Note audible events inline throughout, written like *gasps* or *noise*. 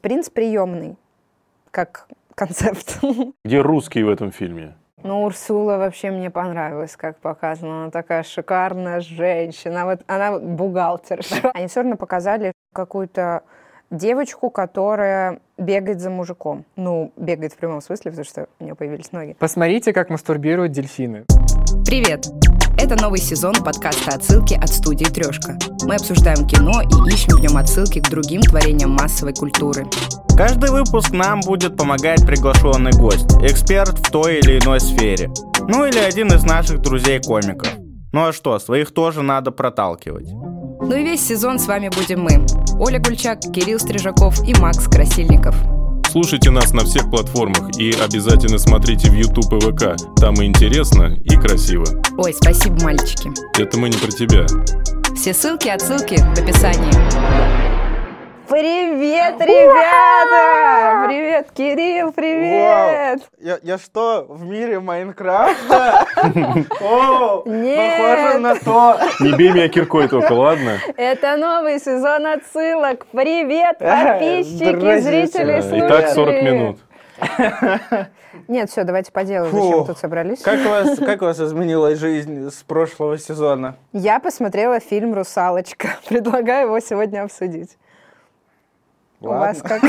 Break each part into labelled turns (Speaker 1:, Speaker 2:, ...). Speaker 1: принц приемный, как
Speaker 2: *laughs*
Speaker 1: концепт.
Speaker 3: Где русские в этом фильме?
Speaker 1: Но Урсула вообще мне понравилась, как показано. Она такая шикарная женщина. Вот она
Speaker 2: *laughs*
Speaker 1: вот бухгалтерша. Они все равно показали какую-то девочку, которая бегает за мужиком. Ну, бегает в прямом смысле, потому что у нее появились ноги.
Speaker 4: Посмотрите, как мастурбируют дельфины.
Speaker 2: Привет! Это новый сезон подкаста «Отсылки» от студии «Трешка». Мы обсуждаем кино и ищем в нем отсылки к другим творениям массовой культуры.
Speaker 5: Каждый выпуск нам будет помогать приглашенный гость, эксперт в той или иной сфере. Ну или один из наших друзей-комиков. Ну а что, своих тоже надо проталкивать.
Speaker 2: Ну и весь сезон с вами будем мы. Оля Гульчак, Кирилл Стрижаков и Макс Красильников.
Speaker 6: Слушайте нас на всех платформах и обязательно смотрите в YouTube и ВК. Там и интересно, и красиво.
Speaker 2: Ой, спасибо, мальчики.
Speaker 6: Это мы не про тебя.
Speaker 2: Все ссылки и отсылки в описании.
Speaker 1: Привет, ребята! Привет, Кирилл, привет!
Speaker 7: Вау. Я, я что, в мире
Speaker 1: *laughs*
Speaker 7: Майнкрафта? О,
Speaker 1: Нет.
Speaker 7: Похоже на то.
Speaker 3: Не бей меня киркой
Speaker 1: *laughs*
Speaker 3: только, ладно?
Speaker 1: Это новый сезон отсылок. Привет, подписчики,
Speaker 7: Здрасте.
Speaker 1: зрители,
Speaker 3: И
Speaker 1: слушатели.
Speaker 3: так 40 Э, минут.
Speaker 1: Нет, все, давайте по делу.
Speaker 7: Фу.
Speaker 1: Зачем тут собрались?
Speaker 7: Как у вас, как у вас изменилась жизнь с прошлого сезона?
Speaker 1: Я посмотрела фильм «Русалочка». *laughs* Предлагаю его сегодня обсудить. У
Speaker 7: Ладно.
Speaker 1: вас как?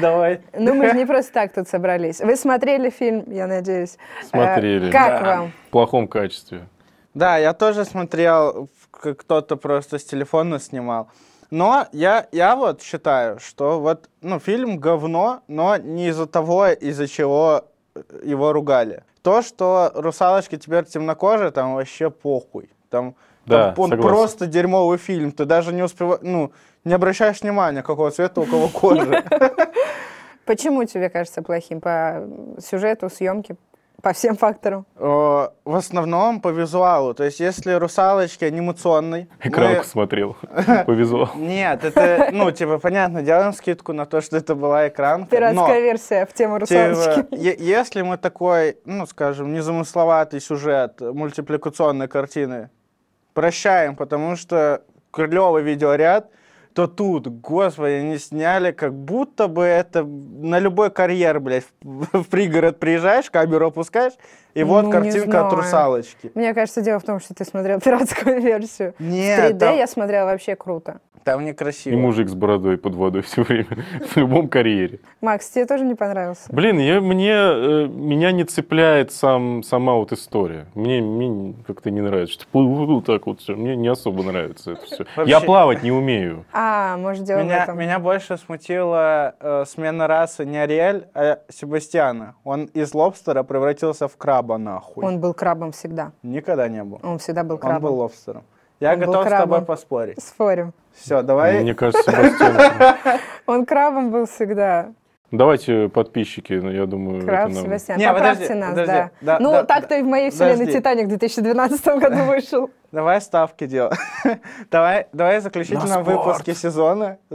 Speaker 7: Давай.
Speaker 1: Ну, мы же не просто так тут собрались. Вы смотрели фильм, я надеюсь.
Speaker 3: Смотрели.
Speaker 1: Э, Как
Speaker 7: Да.
Speaker 1: вам?
Speaker 3: В плохом качестве.
Speaker 7: Да, я тоже смотрел, как кто-то просто с телефона снимал. Но я, я вот считаю, что вот, ну, фильм говно, но не из-за того, из-за чего э, его ругали. То, что «Русалочки» теперь темнокожие, там вообще похуй. Там,
Speaker 3: Да,
Speaker 7: там он
Speaker 3: согласен.
Speaker 7: просто дерьмовый фильм, ты даже не успеваешь, ну, не обращаешь внимания, какого цвета у кого
Speaker 3: *laughs*
Speaker 7: кожа.
Speaker 1: Почему тебе кажется плохим? По сюжету, съемке, по всем факторам?
Speaker 7: Э, В основном по визуалу. То есть, если «Русалочки» анимационный... мы-
Speaker 3: Экранку смотрел. Повезло.
Speaker 7: Нет, это, ну, типа, понятно, делаем скидку на то, что это была экранка.
Speaker 1: Пиратская
Speaker 7: но,
Speaker 1: версия в тему
Speaker 7: типа,
Speaker 1: «Русалочки».
Speaker 7: е- если мы такой, ну, скажем, незамысловатый сюжет мультипликационной картины прощаем, потому что клевый видеоряд, то тут, господи, они сняли, как будто бы это на любой карьер, блядь, в, в пригород приезжаешь, камеру опускаешь, и вот
Speaker 1: Ну, не
Speaker 7: картинка от
Speaker 1: знаю.
Speaker 7: русалочки.
Speaker 1: Мне кажется, дело в том, что ты смотрел пиратскую *laughs* версию.
Speaker 7: Нет,
Speaker 1: в 3D
Speaker 7: там-
Speaker 1: я смотрела вообще круто.
Speaker 7: Там
Speaker 3: И
Speaker 7: некрасиво.
Speaker 3: мужик с бородой под водой все время. *laughs* В любом карьере.
Speaker 1: Макс, тебе тоже не понравился?
Speaker 3: Блин, я, мне, э, меня не цепляет сам, сама вот история. Мне, мне как-то не нравится. Что плыву так вот все. Мне не особо нравится это все. Я
Speaker 7: Вообще-
Speaker 3: плавать не умею.
Speaker 1: А, может, дело в
Speaker 7: Меня,
Speaker 1: этом.
Speaker 7: меня больше смутила э, смена расы не Ариэль, а Себастьяна. Он из лобстера превратился в краба, нахуй.
Speaker 1: Он был крабом всегда.
Speaker 7: Никогда не был.
Speaker 1: Он всегда был
Speaker 7: Он
Speaker 1: крабом.
Speaker 7: был лобстером. Я
Speaker 1: Он был
Speaker 7: готов с тобой
Speaker 1: крабом.
Speaker 7: поспорить.
Speaker 1: Спорим.
Speaker 7: Все, давай.
Speaker 3: Мне кажется, Себастьян...
Speaker 1: Он крабом был всегда.
Speaker 3: Давайте подписчики, ну, я думаю,
Speaker 1: Краб
Speaker 3: это нам...
Speaker 1: Себастьян.
Speaker 7: Не,
Speaker 1: Поправьте
Speaker 7: подожди,
Speaker 1: нас,
Speaker 7: подожди.
Speaker 1: да.
Speaker 7: Да,
Speaker 1: Ну,
Speaker 7: да,
Speaker 1: так-то и в моей
Speaker 7: подожди.
Speaker 1: вселенной Титаник в 2012
Speaker 7: *laughs*
Speaker 1: году вышел.
Speaker 7: Давай ставки делай. *laughs* давай, давай в заключительном
Speaker 3: На спорт.
Speaker 7: выпуске сезона. В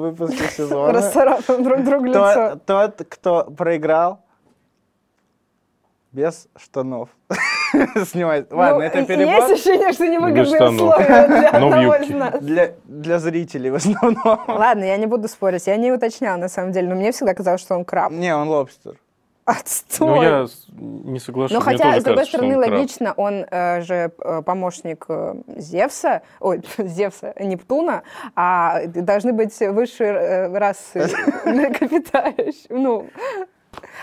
Speaker 1: *laughs*
Speaker 7: выпуске сезона.
Speaker 1: Расцарапал друг другу
Speaker 7: то-
Speaker 1: лицо.
Speaker 7: Тот, кто проиграл без штанов. *laughs* Снимает. Ладно,
Speaker 1: Ну,
Speaker 7: это
Speaker 1: и-
Speaker 7: перебор.
Speaker 1: Есть ощущение, что
Speaker 3: Без
Speaker 1: невыгодные
Speaker 3: штанов.
Speaker 1: условия
Speaker 3: *laughs*
Speaker 1: для
Speaker 3: Но ну, в
Speaker 1: одного из
Speaker 3: юбке.
Speaker 1: нас.
Speaker 7: Для, для зрителей в основном.
Speaker 1: Ладно, я не буду спорить. Я не уточняла, на самом деле. Но мне всегда казалось, что он краб.
Speaker 7: Не, А он лобстер.
Speaker 1: Отстой.
Speaker 3: Ну, я с- не соглашусь.
Speaker 1: Ну,
Speaker 3: Мне
Speaker 1: хотя,
Speaker 3: тоже
Speaker 1: с другой
Speaker 3: кажется, что
Speaker 1: стороны,
Speaker 3: он краб.
Speaker 1: логично, он э, же э, помощник э, Зевса, ой, *laughs* Зевса, э, Нептуна, а должны быть высшие э,
Speaker 3: *laughs*
Speaker 1: расы млекопитающих. Ну,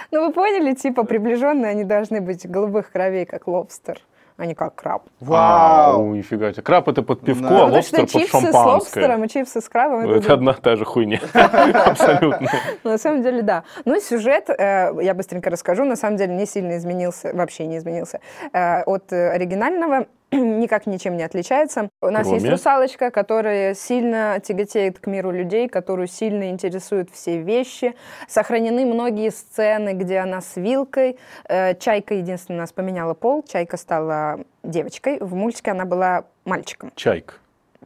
Speaker 1: ну, вы поняли, типа, приближенные они должны быть голубых кровей, как лобстер, а не как краб.
Speaker 7: Вау!
Speaker 3: Ау, нифига себе. Краб это под пивко,
Speaker 7: Да.
Speaker 3: а
Speaker 1: Потому
Speaker 3: лобстер
Speaker 1: что
Speaker 3: под
Speaker 1: чипсы с лобстером
Speaker 3: шампанское.
Speaker 1: и чипсы с крабом это
Speaker 3: Это одна и та же хуйня. *laughs* Абсолютно.
Speaker 1: Ну, *laughs* На самом деле, да. Ну, сюжет, э, я быстренько расскажу, на самом деле не сильно изменился, вообще не изменился э, от э, оригинального *clears throat* никак ничем не отличается. У нас есть
Speaker 3: Кроме?
Speaker 1: русалочка, которая сильно тяготеет к миру людей, которую сильно интересуют все вещи. Сохранены многие сцены, где она с вилкой. Э, Чайка единственное у нас поменяла пол. Чайка стала девочкой. В мультике она была мальчиком.
Speaker 3: Чайк.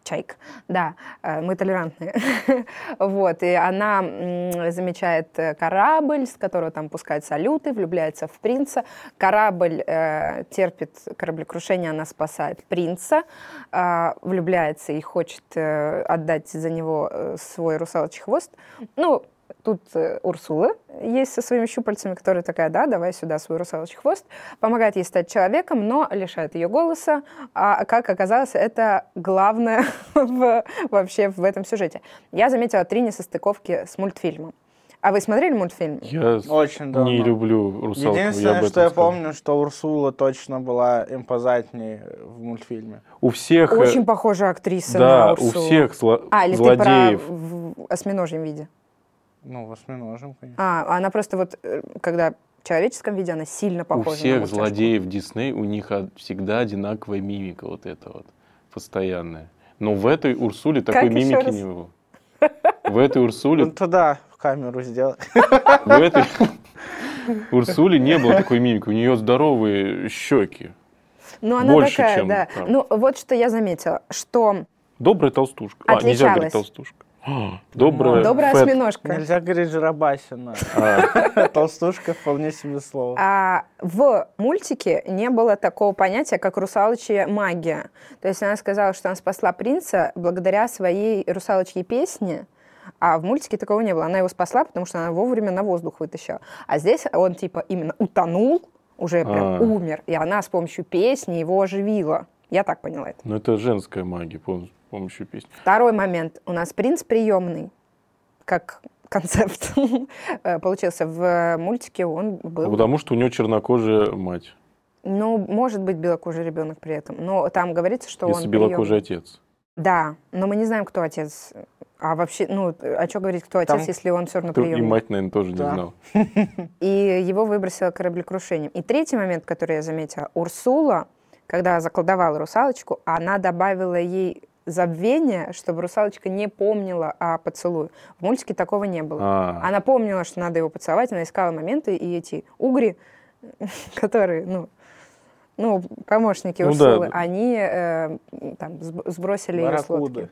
Speaker 1: Чайк, да, э, мы толерантные. *laughs* вот, и она м, замечает э, корабль, с которого там пускают салюты, влюбляется в принца. Корабль э, терпит кораблекрушение, она спасает принца, э, влюбляется и хочет э, отдать за него э, свой русалочий хвост. Ну, тут э, Урсула есть со своими щупальцами, которая такая, да, давай сюда свой русалочий хвост, помогает ей стать человеком, но лишает ее голоса, а как оказалось, это главное *laughs* в- вообще в этом сюжете. Я заметила три несостыковки с мультфильмом. А вы смотрели мультфильм?
Speaker 3: Я с-
Speaker 7: Очень давно.
Speaker 3: не люблю русалку. я об
Speaker 7: Единственное,
Speaker 3: этом
Speaker 7: что я
Speaker 3: сказал.
Speaker 7: помню, что Урсула точно была импозантнее в мультфильме.
Speaker 3: У всех... э,
Speaker 1: Очень похожая актриса на
Speaker 3: да, у
Speaker 1: Урсулу.
Speaker 3: всех зло-
Speaker 1: А, или
Speaker 3: злодеев.
Speaker 1: ты про в- в осьминожьем виде?
Speaker 7: Ну, в осьминожем, конечно.
Speaker 1: А, она просто вот, э, когда в человеческом виде, она сильно похожа
Speaker 8: У
Speaker 1: на
Speaker 8: всех
Speaker 1: мультяшку.
Speaker 8: злодеев Дисней у них од- всегда одинаковая мимика вот эта вот постоянная. Но в этой Урсуле такой
Speaker 1: еще
Speaker 8: мимики
Speaker 1: раз?
Speaker 8: не было. В этой
Speaker 7: Ну,
Speaker 8: Урсуле,
Speaker 7: туда в камеру сделай.
Speaker 1: *laughs*
Speaker 8: в
Speaker 3: *laughs*
Speaker 8: этой Урсуле не было такой мимики. У нее здоровые щеки.
Speaker 1: Ну, она
Speaker 3: больше,
Speaker 1: такая,
Speaker 3: чем
Speaker 1: да.
Speaker 3: там.
Speaker 1: Ну, вот что я заметила, что
Speaker 3: Добрая толстушка. А, нельзя говорить
Speaker 1: Отличалась.
Speaker 3: толстушка. *gasps* А, Добрая,
Speaker 1: добрая
Speaker 3: фэт.
Speaker 1: осьминожка.
Speaker 7: Нельзя говорить жиробасина.
Speaker 3: А,
Speaker 7: *laughs* Толстушка вполне себе слово.
Speaker 1: А в мультике не было такого понятия, как русалочья магия. То есть она сказала, что она спасла принца благодаря своей русалочьей песне, а в мультике такого не было. Она его спасла, потому что она вовремя на воздух вытащила. А здесь он типа именно утонул, уже прям
Speaker 3: А.
Speaker 1: умер, и она с помощью песни его оживила. Я так поняла это.
Speaker 3: ну, это женская магия пом- с помощью песни.
Speaker 1: Второй момент. У нас принц приемный, как концепт *laughs* э, получился в мультике, он был
Speaker 3: Потому что у нее чернокожая мать.
Speaker 1: Ну, может быть, белокожий ребенок при этом. Но там говорится, что
Speaker 3: если
Speaker 1: он
Speaker 3: белокожий
Speaker 1: приемный.
Speaker 3: отец.
Speaker 1: Да, но мы не знаем, кто отец. А вообще, ну, а что говорить, кто отец,
Speaker 7: Там
Speaker 1: если он все равно
Speaker 3: Кто- И
Speaker 1: приемный?
Speaker 3: мать, наверное, тоже
Speaker 7: Да.
Speaker 3: не знала.
Speaker 1: И его выбросило кораблекрушением. И третий момент, который я заметила. Урсула, когда заколдовала русалочку, она добавила ей забвение, чтобы русалочка не помнила о поцелую. В мультике такого не было.
Speaker 3: А,
Speaker 1: Она помнила, что надо его поцеловать, она искала моменты, и эти угри, *laughs* которые, ну, ну, помощники
Speaker 3: Ну да,
Speaker 1: Урсулы,
Speaker 3: да.
Speaker 1: они э, там сб- сбросили ее с лодки.
Speaker 7: Барракуды.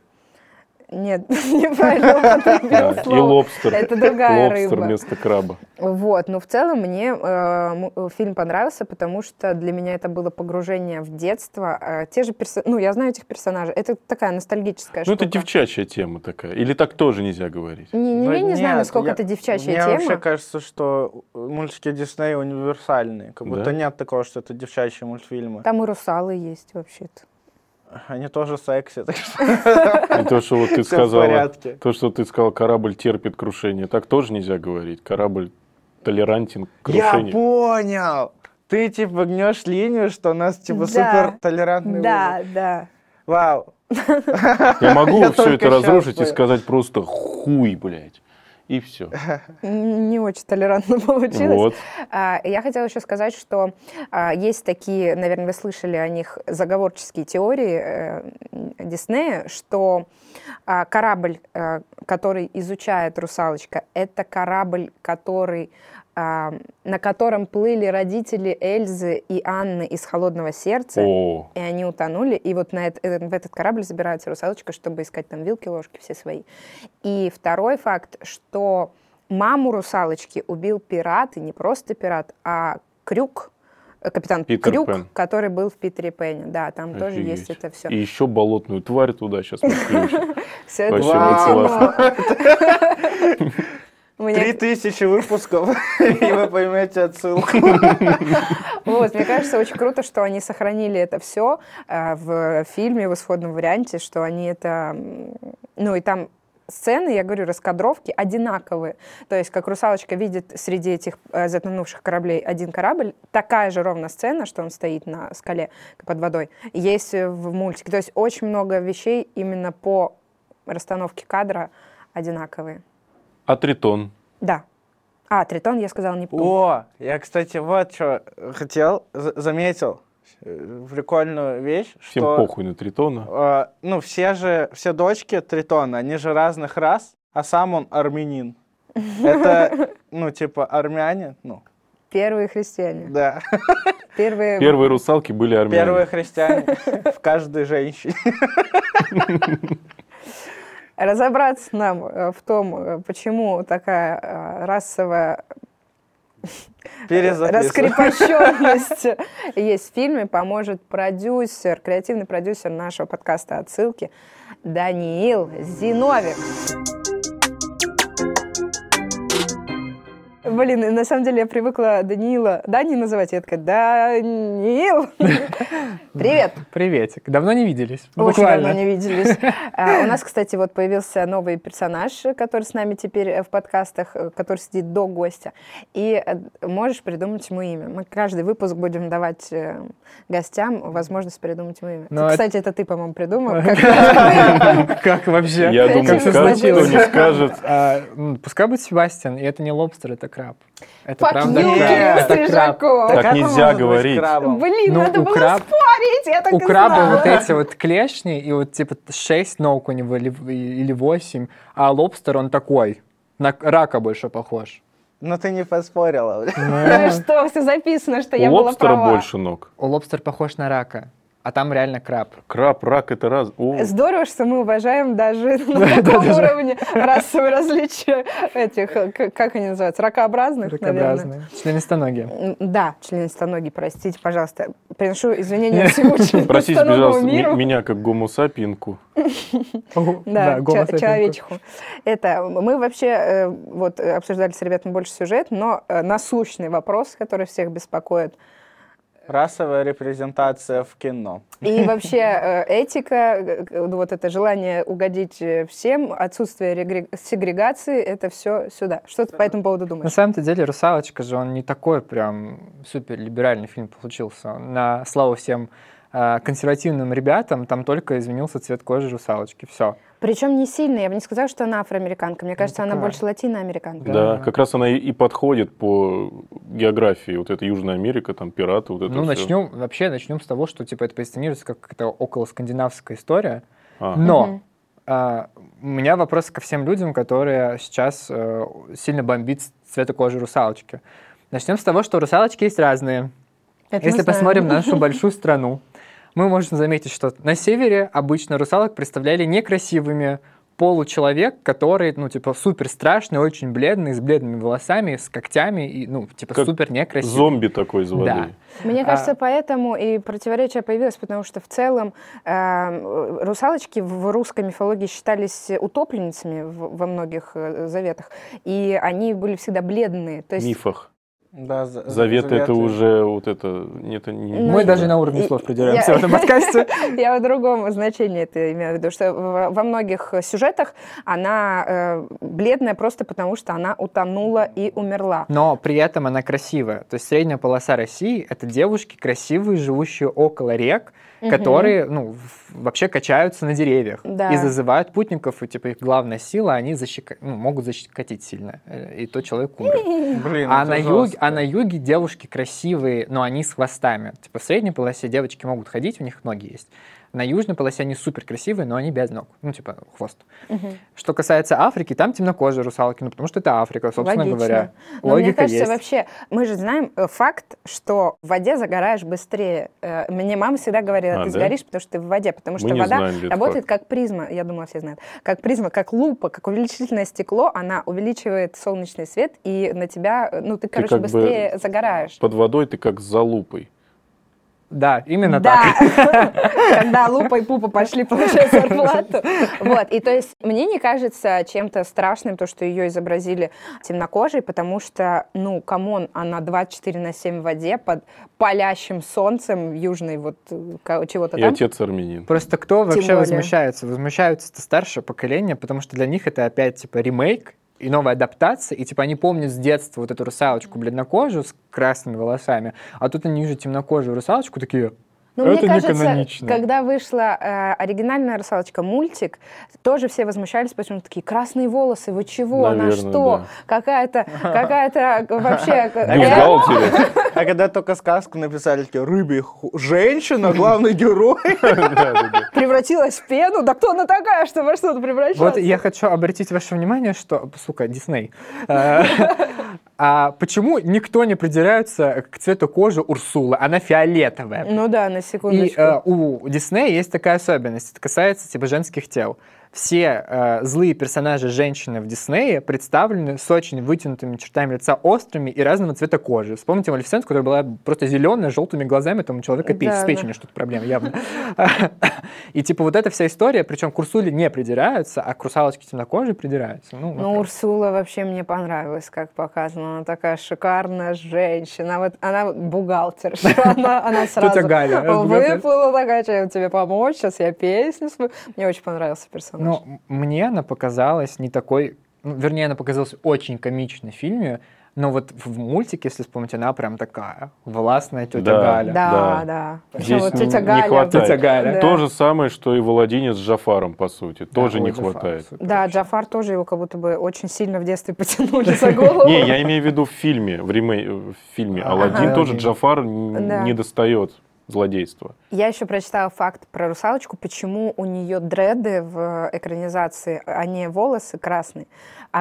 Speaker 1: Нет, *laughs* неправильно употребила
Speaker 3: *laughs* да. И
Speaker 1: слово.
Speaker 3: лобстер.
Speaker 1: Это другая
Speaker 3: лобстер
Speaker 1: рыба.
Speaker 3: вместо краба.
Speaker 1: Вот, но в целом мне э, м- э, фильм понравился, потому что для меня это было погружение в детство. Э, те же персонажи, ну, я знаю этих персонажей, это такая ностальгическая
Speaker 3: Ну,
Speaker 1: штука.
Speaker 3: это девчачья тема такая. Или так тоже нельзя
Speaker 7: *laughs*
Speaker 3: говорить?
Speaker 1: Не, не,
Speaker 7: Ну,
Speaker 1: я не знаю,
Speaker 7: нет,
Speaker 1: насколько
Speaker 7: я-
Speaker 1: это девчачья
Speaker 7: Мне
Speaker 1: тема.
Speaker 7: вообще кажется, что э, мультики Диснея универсальные. Как
Speaker 3: Да?
Speaker 7: будто нет такого, что это девчачьи мультфильмы.
Speaker 1: Там и русалы есть вообще-то.
Speaker 7: Они тоже секси, так что
Speaker 3: И то, что вот ты
Speaker 7: все в
Speaker 3: сказала,
Speaker 7: порядке.
Speaker 3: то, что ты сказал, корабль терпит крушение, так тоже нельзя говорить. Корабль толерантен к
Speaker 7: Я
Speaker 3: крушению.
Speaker 7: понял! Ты типа гнешь линию, что у нас типа
Speaker 1: Да.
Speaker 7: супер толерантный
Speaker 1: Да, да.
Speaker 7: Вау.
Speaker 3: Я могу
Speaker 7: *laughs* Я
Speaker 3: все
Speaker 7: только
Speaker 3: это
Speaker 7: щас
Speaker 3: разрушить и
Speaker 7: понял.
Speaker 3: сказать просто хуй, блядь. И все.
Speaker 1: М, Не очень толерантно *laughs* получилось.
Speaker 3: Вот.
Speaker 1: А, Я хотела еще сказать, что а, есть такие, наверное, вы слышали о них заговорческие теории э, Диснея, что а, корабль, э, который изучает русалочка, это корабль, который а, на котором плыли родители Эльзы и Анны из «Холодного сердца»,
Speaker 3: О,
Speaker 1: и они утонули, и вот на эт- э, в этот корабль забирается русалочка, чтобы искать там вилки, ложки, все свои. И второй факт, что маму русалочки убил пират, и не просто пират, а Крюк, э, капитан
Speaker 3: Питер
Speaker 1: Крюк,
Speaker 3: Пен.
Speaker 1: который был в Питере Пене. Да, там тоже
Speaker 3: Офигеть.
Speaker 1: есть это все.
Speaker 3: и еще болотную тварь туда сейчас мы
Speaker 7: *laughs*
Speaker 3: включим.
Speaker 1: Все
Speaker 3: Вообще
Speaker 1: *laughs*
Speaker 7: Три тысячи выпусков, *laughs* и вы поймете отсылку.
Speaker 1: Вот, мне кажется, очень круто, что они сохранили это все в фильме в исходном варианте, что они это, м, ну и там сцены, я говорю, раскадровки одинаковые. То есть, как русалочка видит среди этих э, затонувших кораблей один корабль, такая же ровно сцена, что он стоит на скале под водой, есть в мультике. То есть, очень много вещей именно по расстановке кадра одинаковые.
Speaker 3: А тритон?
Speaker 1: Да. А, Тритон, я сказала, не
Speaker 7: О, я, кстати, вот что хотел, за- заметил э, прикольную вещь,
Speaker 3: Всем
Speaker 7: что
Speaker 3: похуй на тритона.
Speaker 7: э, ну все же, все дочки Тритона, они же разных рас, а сам он армянин. Это, ну, типа, армяне, ну,
Speaker 1: Первые христиане.
Speaker 7: Да.
Speaker 1: Первые...
Speaker 3: Первые русалки были армяне.
Speaker 7: Первые христиане в каждой женщине.
Speaker 1: Разобраться нам э, в том, э, почему такая э, расовая
Speaker 7: Перезаписываю.
Speaker 1: раскрепощенность есть в фильме, поможет продюсер, креативный продюсер нашего подкаста «Отсылки» Даниил Зиновик. Блин, и на самом деле я привыкла Даниила... Дани называть, я такая, Даниил! Привет!
Speaker 4: Приветик. Давно не виделись. Ну,
Speaker 1: Очень
Speaker 4: Буквально.
Speaker 1: давно не виделись. *laughs* А, У нас, кстати, вот появился новый персонаж, э, который с нами теперь э, в подкастах, э, который сидит до гостя. И э, можешь придумать ему имя. Мы каждый выпуск будем давать э, гостям возможность придумать ему имя.
Speaker 4: Ну,
Speaker 1: Ты,
Speaker 4: а-
Speaker 1: Кстати, это ты, по-моему,
Speaker 4: *laughs*
Speaker 1: придумал.
Speaker 4: Как вообще?
Speaker 3: Я
Speaker 1: Как
Speaker 3: думаю,
Speaker 1: это
Speaker 3: скажет, кто
Speaker 1: случилось?
Speaker 3: не скажет.
Speaker 4: А, м, пускай будет Себастьян, и это не лобстер, это краб. Это
Speaker 1: Fuck
Speaker 4: правда
Speaker 1: you,
Speaker 4: краб.
Speaker 1: Кирилл
Speaker 4: Это краб.
Speaker 1: Стрижаков.
Speaker 3: Так
Speaker 7: как он
Speaker 3: нельзя
Speaker 7: может быть
Speaker 3: говорить.
Speaker 7: крабом?
Speaker 1: Блин,
Speaker 4: Ну,
Speaker 1: надо
Speaker 4: у
Speaker 1: было
Speaker 4: краб-
Speaker 1: спорить, я так
Speaker 4: У
Speaker 1: и
Speaker 4: краба
Speaker 1: знала. *laughs*
Speaker 4: вот эти вот клешни, и вот типа 6 ног у него или, или 8, а лобстер он такой, на к- рака больше похож.
Speaker 7: Ну ты
Speaker 4: *laughs*
Speaker 7: не поспорила. бля.
Speaker 1: Ну Что, все записано, что *laughs* я
Speaker 3: У
Speaker 1: была
Speaker 3: лобстера
Speaker 1: права.
Speaker 3: больше ног.
Speaker 4: О, Лобстер похож на рака, а там реально краб.
Speaker 3: Краб, рак это раз. О,
Speaker 1: Здорово, что мы уважаем
Speaker 3: *laughs*
Speaker 1: даже на таком уровне расовые различия этих, э, к- как они называются, ракообразных, наверное.
Speaker 4: Ракообразный. Членистоногие.
Speaker 1: М, Да, членистоногие, простите, пожалуйста. Приношу
Speaker 3: *laughs*
Speaker 1: извинения всему
Speaker 3: Простите,
Speaker 1: членистоногому
Speaker 3: пожалуйста, ми-
Speaker 1: миру.
Speaker 3: меня как гомосапинку.
Speaker 4: Ого,
Speaker 1: Да,
Speaker 4: голос
Speaker 1: ча-
Speaker 4: опять
Speaker 1: человечку. Это мы вообще э, вот э, обсуждали с ребятами больше сюжет, но э, насущный вопрос, который всех беспокоит,
Speaker 7: Расовая репрезентация в кино.
Speaker 1: И вообще э, этика, э, э, ну, вот это желание угодить э, всем, отсутствие регре- сегрегации, это все сюда. Что ты по этому поводу
Speaker 4: На
Speaker 1: думаешь?
Speaker 4: самом-то деле «Русалочка» же он не такой прям супер либеральный фильм получился. На славу всем э, консервативным ребятам там только изменился цвет кожи русалочки. Все.
Speaker 1: Причем не сильно, я бы не сказала, что она афроамериканка. Мне кажется, она
Speaker 4: Ну, такая.
Speaker 1: больше латиноамериканка.
Speaker 3: Да, как раз она и- и подходит по географии. Вот это Южная Америка, там пираты, вот это
Speaker 4: ну,
Speaker 3: всё.
Speaker 4: начнем, вообще начнем с того, что типа это позиционируется как какая-то около скандинавская история.
Speaker 3: А.
Speaker 4: Но
Speaker 1: Мгм.
Speaker 4: а, у меня вопрос ко всем людям, которые сейчас э, сильно бомбит с- цвета кожи русалочки. Начнем с того, что русалочки есть разные.
Speaker 1: Это мы
Speaker 4: Если
Speaker 1: знаем.
Speaker 4: посмотрим на нашу большую страну, мы можем заметить, что на севере обычно русалок представляли некрасивыми получеловек, который, ну, типа, супер страшный, очень бледный, с бледными волосами, с когтями, и, ну, типа,
Speaker 3: Как
Speaker 4: супер некрасивый.
Speaker 3: Зомби такой из воды.
Speaker 4: Да.
Speaker 1: Мне
Speaker 4: А-
Speaker 1: кажется, поэтому и противоречие появилось, потому что в целом э, русалочки в русской мифологии считались утопленницами в- во многих э, заветах, и они были всегда бледные. То
Speaker 3: В
Speaker 1: есть Э,
Speaker 3: мифах.
Speaker 7: Да, за-
Speaker 3: Завет это
Speaker 7: заветы.
Speaker 3: уже вот это... не- это не-
Speaker 1: Ну,
Speaker 4: Мы
Speaker 1: и-
Speaker 4: даже на уровне
Speaker 1: и-
Speaker 4: слов
Speaker 1: я-
Speaker 4: придираемся в этом подкасте.
Speaker 1: Я о другом значении это имею в виду, что во во многих э, сюжетах она э, бледная просто потому, что она утонула и умерла.
Speaker 4: Но при этом она красивая. То есть средняя полоса России — это девушки красивые, живущие около рек,
Speaker 1: Мгм.
Speaker 4: которые, ну, в- вообще качаются на деревьях
Speaker 1: Да.
Speaker 4: и зазывают путников, и, типа, их главная сила, они защека- ну, могут защекотить сильно, э, и то человек умрет.
Speaker 7: *laughs* Блин,
Speaker 4: А
Speaker 7: это
Speaker 4: на, юге,
Speaker 7: жестко.
Speaker 4: а на юге девушки красивые, но они с хвостами. Типа в средней полосе девочки могут ходить, у них ноги есть. На южной полосе они супер красивые, но они без ног. Ну, типа, хвост.
Speaker 1: Мгм.
Speaker 4: Что касается Африки, там темнокожие русалки, ну, потому что это Африка, собственно
Speaker 1: Логично.
Speaker 4: говоря.
Speaker 1: Но мне
Speaker 4: Логика
Speaker 1: кажется,
Speaker 4: есть.
Speaker 1: вообще, мы же знаем э, факт, что в воде загораешь быстрее. Э, Мне мама всегда говорила,
Speaker 3: А,
Speaker 1: ты
Speaker 3: да?
Speaker 1: сгоришь, потому что ты в воде, потому что
Speaker 3: не
Speaker 1: вода
Speaker 3: знаем этот
Speaker 1: работает как призма, я думала, все знают, как призма, как лупа, как увеличительное стекло, она увеличивает солнечный свет, и на тебя, э, ну, ты, короче,
Speaker 3: как бы
Speaker 1: быстрее загораешь.
Speaker 3: Под водой ты как за лупой.
Speaker 4: Да, именно
Speaker 1: да.
Speaker 4: так.
Speaker 1: *laughs* Когда Лупа и Пупа пошли получать зарплату. Вот, и то есть мне не кажется чем-то страшным то, что ее изобразили темнокожей, потому что, ну, камон, она 24 на 7 в воде под палящим солнцем южной вот э, ка- чего-то
Speaker 3: И
Speaker 1: там.
Speaker 3: отец армянин.
Speaker 4: Просто кто вообще
Speaker 1: более.
Speaker 4: возмущается? Возмущаются это старшее поколение, потому что для них это опять, типа, ремейк и новая адаптация, и, типа, они помнят с детства вот эту русалочку бледнокожую с красными волосами, а тут они вижу темнокожую русалочку, такие,
Speaker 1: Ну,
Speaker 4: Это
Speaker 1: мне
Speaker 4: не
Speaker 1: кажется,
Speaker 4: канонично.
Speaker 1: когда вышла э, оригинальная «Русалочка» мультик, тоже все возмущались, почему такие красные волосы, вы чего, она
Speaker 3: Наверное,
Speaker 1: что,
Speaker 3: да.
Speaker 1: какая-то,
Speaker 3: *laughs*
Speaker 1: какая-то вообще... э,
Speaker 3: Бюстгальтеры.
Speaker 7: А когда только сказку написали, такие, рыбий ху- женщина, главный герой.
Speaker 1: превратилась в пену, да кто она такая, что во что-то превращалась?
Speaker 4: Вот я хочу обратить ваше внимание, что, сука, Дисней, Э, А почему никто не придирается к цвету кожи Урсулы? Она фиолетовая.
Speaker 1: Ну да, на
Speaker 4: И
Speaker 1: секундочку.
Speaker 4: э, у Диснея есть такая особенность. Это касается типа женских тел. Все э, злые персонажи женщины в Диснее представлены с очень вытянутыми чертами лица, острыми и разного цвета кожи. Вспомните Малефисенту, которая была просто зеленая, желтыми глазами, там у человека печень,
Speaker 1: Да,
Speaker 4: с
Speaker 1: да.
Speaker 4: печенью что-то проблема явно. И типа вот эта вся история, причем к Урсуле не придираются, а к русалочке темнокожей придираются. Ну, вот
Speaker 1: Ну,
Speaker 4: так.
Speaker 1: Урсула вообще мне понравилась, как показано. Она такая шикарная женщина. Вот она вот бухгалтер. *laughs* что Она, она сразу
Speaker 4: Тетя Галя, э,
Speaker 1: *laughs*
Speaker 4: бухгалтер.
Speaker 1: выплыла такая, чем тебе помочь, сейчас я песню спою. Мне очень понравился персонаж.
Speaker 4: Но Ну, м- мне она показалась не такой... ну, вернее, она показалась очень комичной в фильме, но вот в в мультике, если вспомнить, она прям такая властная тетя
Speaker 3: Да.
Speaker 4: Галя.
Speaker 1: да,
Speaker 3: да.
Speaker 1: да.
Speaker 3: Здесь
Speaker 1: вот
Speaker 3: н-
Speaker 1: тетя
Speaker 3: не
Speaker 1: Галя.
Speaker 3: хватает.
Speaker 4: Тетя Галя.
Speaker 1: Да.
Speaker 3: То же самое, что и Владимир с Джафаром, по сути. Тоже
Speaker 4: Да,
Speaker 3: не
Speaker 4: Ольга Фарк,
Speaker 3: хватает. *laughs*
Speaker 4: супер.
Speaker 1: Да, Джафар тоже его как будто бы очень сильно в детстве *laughs* потянули за голову.
Speaker 3: Не, я имею в виду в фильме, в, ремей- э, в фильме
Speaker 4: Ага.
Speaker 3: Алладин
Speaker 4: Ага.
Speaker 3: тоже Джафар н-
Speaker 1: А, Да.
Speaker 3: не достает злодейства.
Speaker 1: Я еще прочитала факт про русалочку, почему у нее дреды в экранизации, а не волосы красные.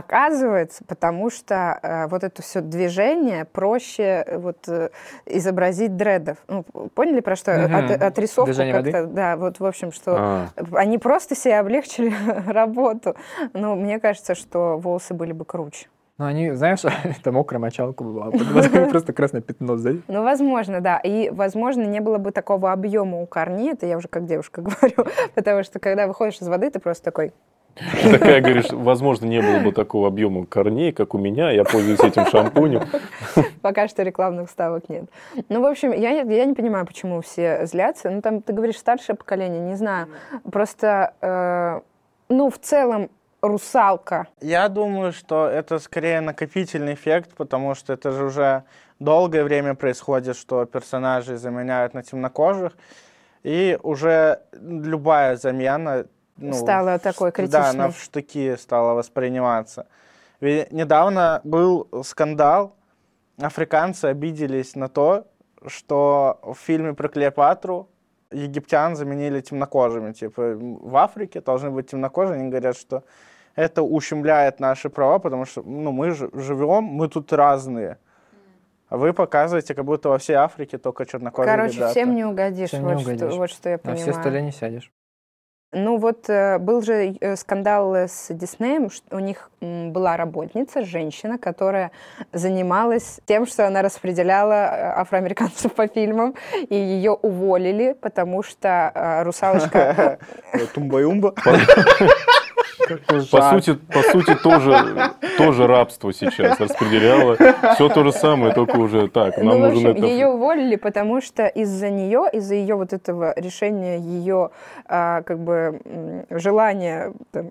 Speaker 1: Оказывается, потому что э, вот это все движение проще э, вот э, изобразить дредов. Ну, поняли про что?
Speaker 4: Мгм.
Speaker 1: От- отрисовку
Speaker 4: Движение воды?
Speaker 1: как-то, да, вот в общем, что
Speaker 3: А,
Speaker 1: они просто себе облегчили *laughs* работу. Но мне кажется, что волосы были бы круче.
Speaker 4: Ну, они, знаешь, *laughs* это мокрая мочалка была, под глазами *laughs* просто красное пятно сзади.
Speaker 1: Ну, возможно, да. И, возможно, не было бы такого объема у корней, это я уже как девушка *laughs* говорю, потому что, когда выходишь из воды, ты просто такой,
Speaker 3: ты такая говоришь, возможно, не было бы такого объема корней, как у меня, я пользуюсь этим шампунем.
Speaker 1: пока что рекламных ставок нет. Ну, в общем, я, не- я не понимаю, почему все злятся. Ну, там, ты говоришь, старшее поколение, не знаю. Просто, э, ну, в целом, русалка.
Speaker 7: Я думаю, что это скорее накопительный эффект, потому что это же уже долгое время происходит, что персонажей заменяют на темнокожих, и уже любая замена ну,
Speaker 1: Стала такой
Speaker 7: в- Да, она
Speaker 1: критичной.
Speaker 7: в штыки стала восприниматься. Ведь недавно был скандал, африканцы обиделись на то, что в фильме про Клеопатру египтян заменили темнокожими. Типа м, в Африке должны быть темнокожие, они говорят, что это ущемляет наши права, потому что ну, мы ж- живем, мы тут разные. А вы показываете, как будто во всей Африке только чернокожие
Speaker 1: Короче,
Speaker 7: ребята. *laughs*
Speaker 1: всем не угодишь,
Speaker 4: Всем не
Speaker 1: вот,
Speaker 4: угодишь.
Speaker 1: Что, вот что я
Speaker 4: На
Speaker 1: понимаю.
Speaker 4: все стулья не сядешь.
Speaker 1: Ну вот э, был же э, скандал с Диснеем, что у них м, была работница, женщина, которая занималась тем, что она распределяла э, афроамериканцев *laughs* по фильмам, и ее уволили, потому что э, русалочка...
Speaker 7: Э, Тумба-юмба.
Speaker 3: По сути, по сути тоже, тоже рабство сейчас распределяло. Все то же самое, только уже так. Нам
Speaker 1: Ну, в
Speaker 3: нужен
Speaker 1: общем,
Speaker 3: это...
Speaker 1: ее уволили, потому что из-за нее, из-за ее вот этого решения, ее а, как бы м, желания там,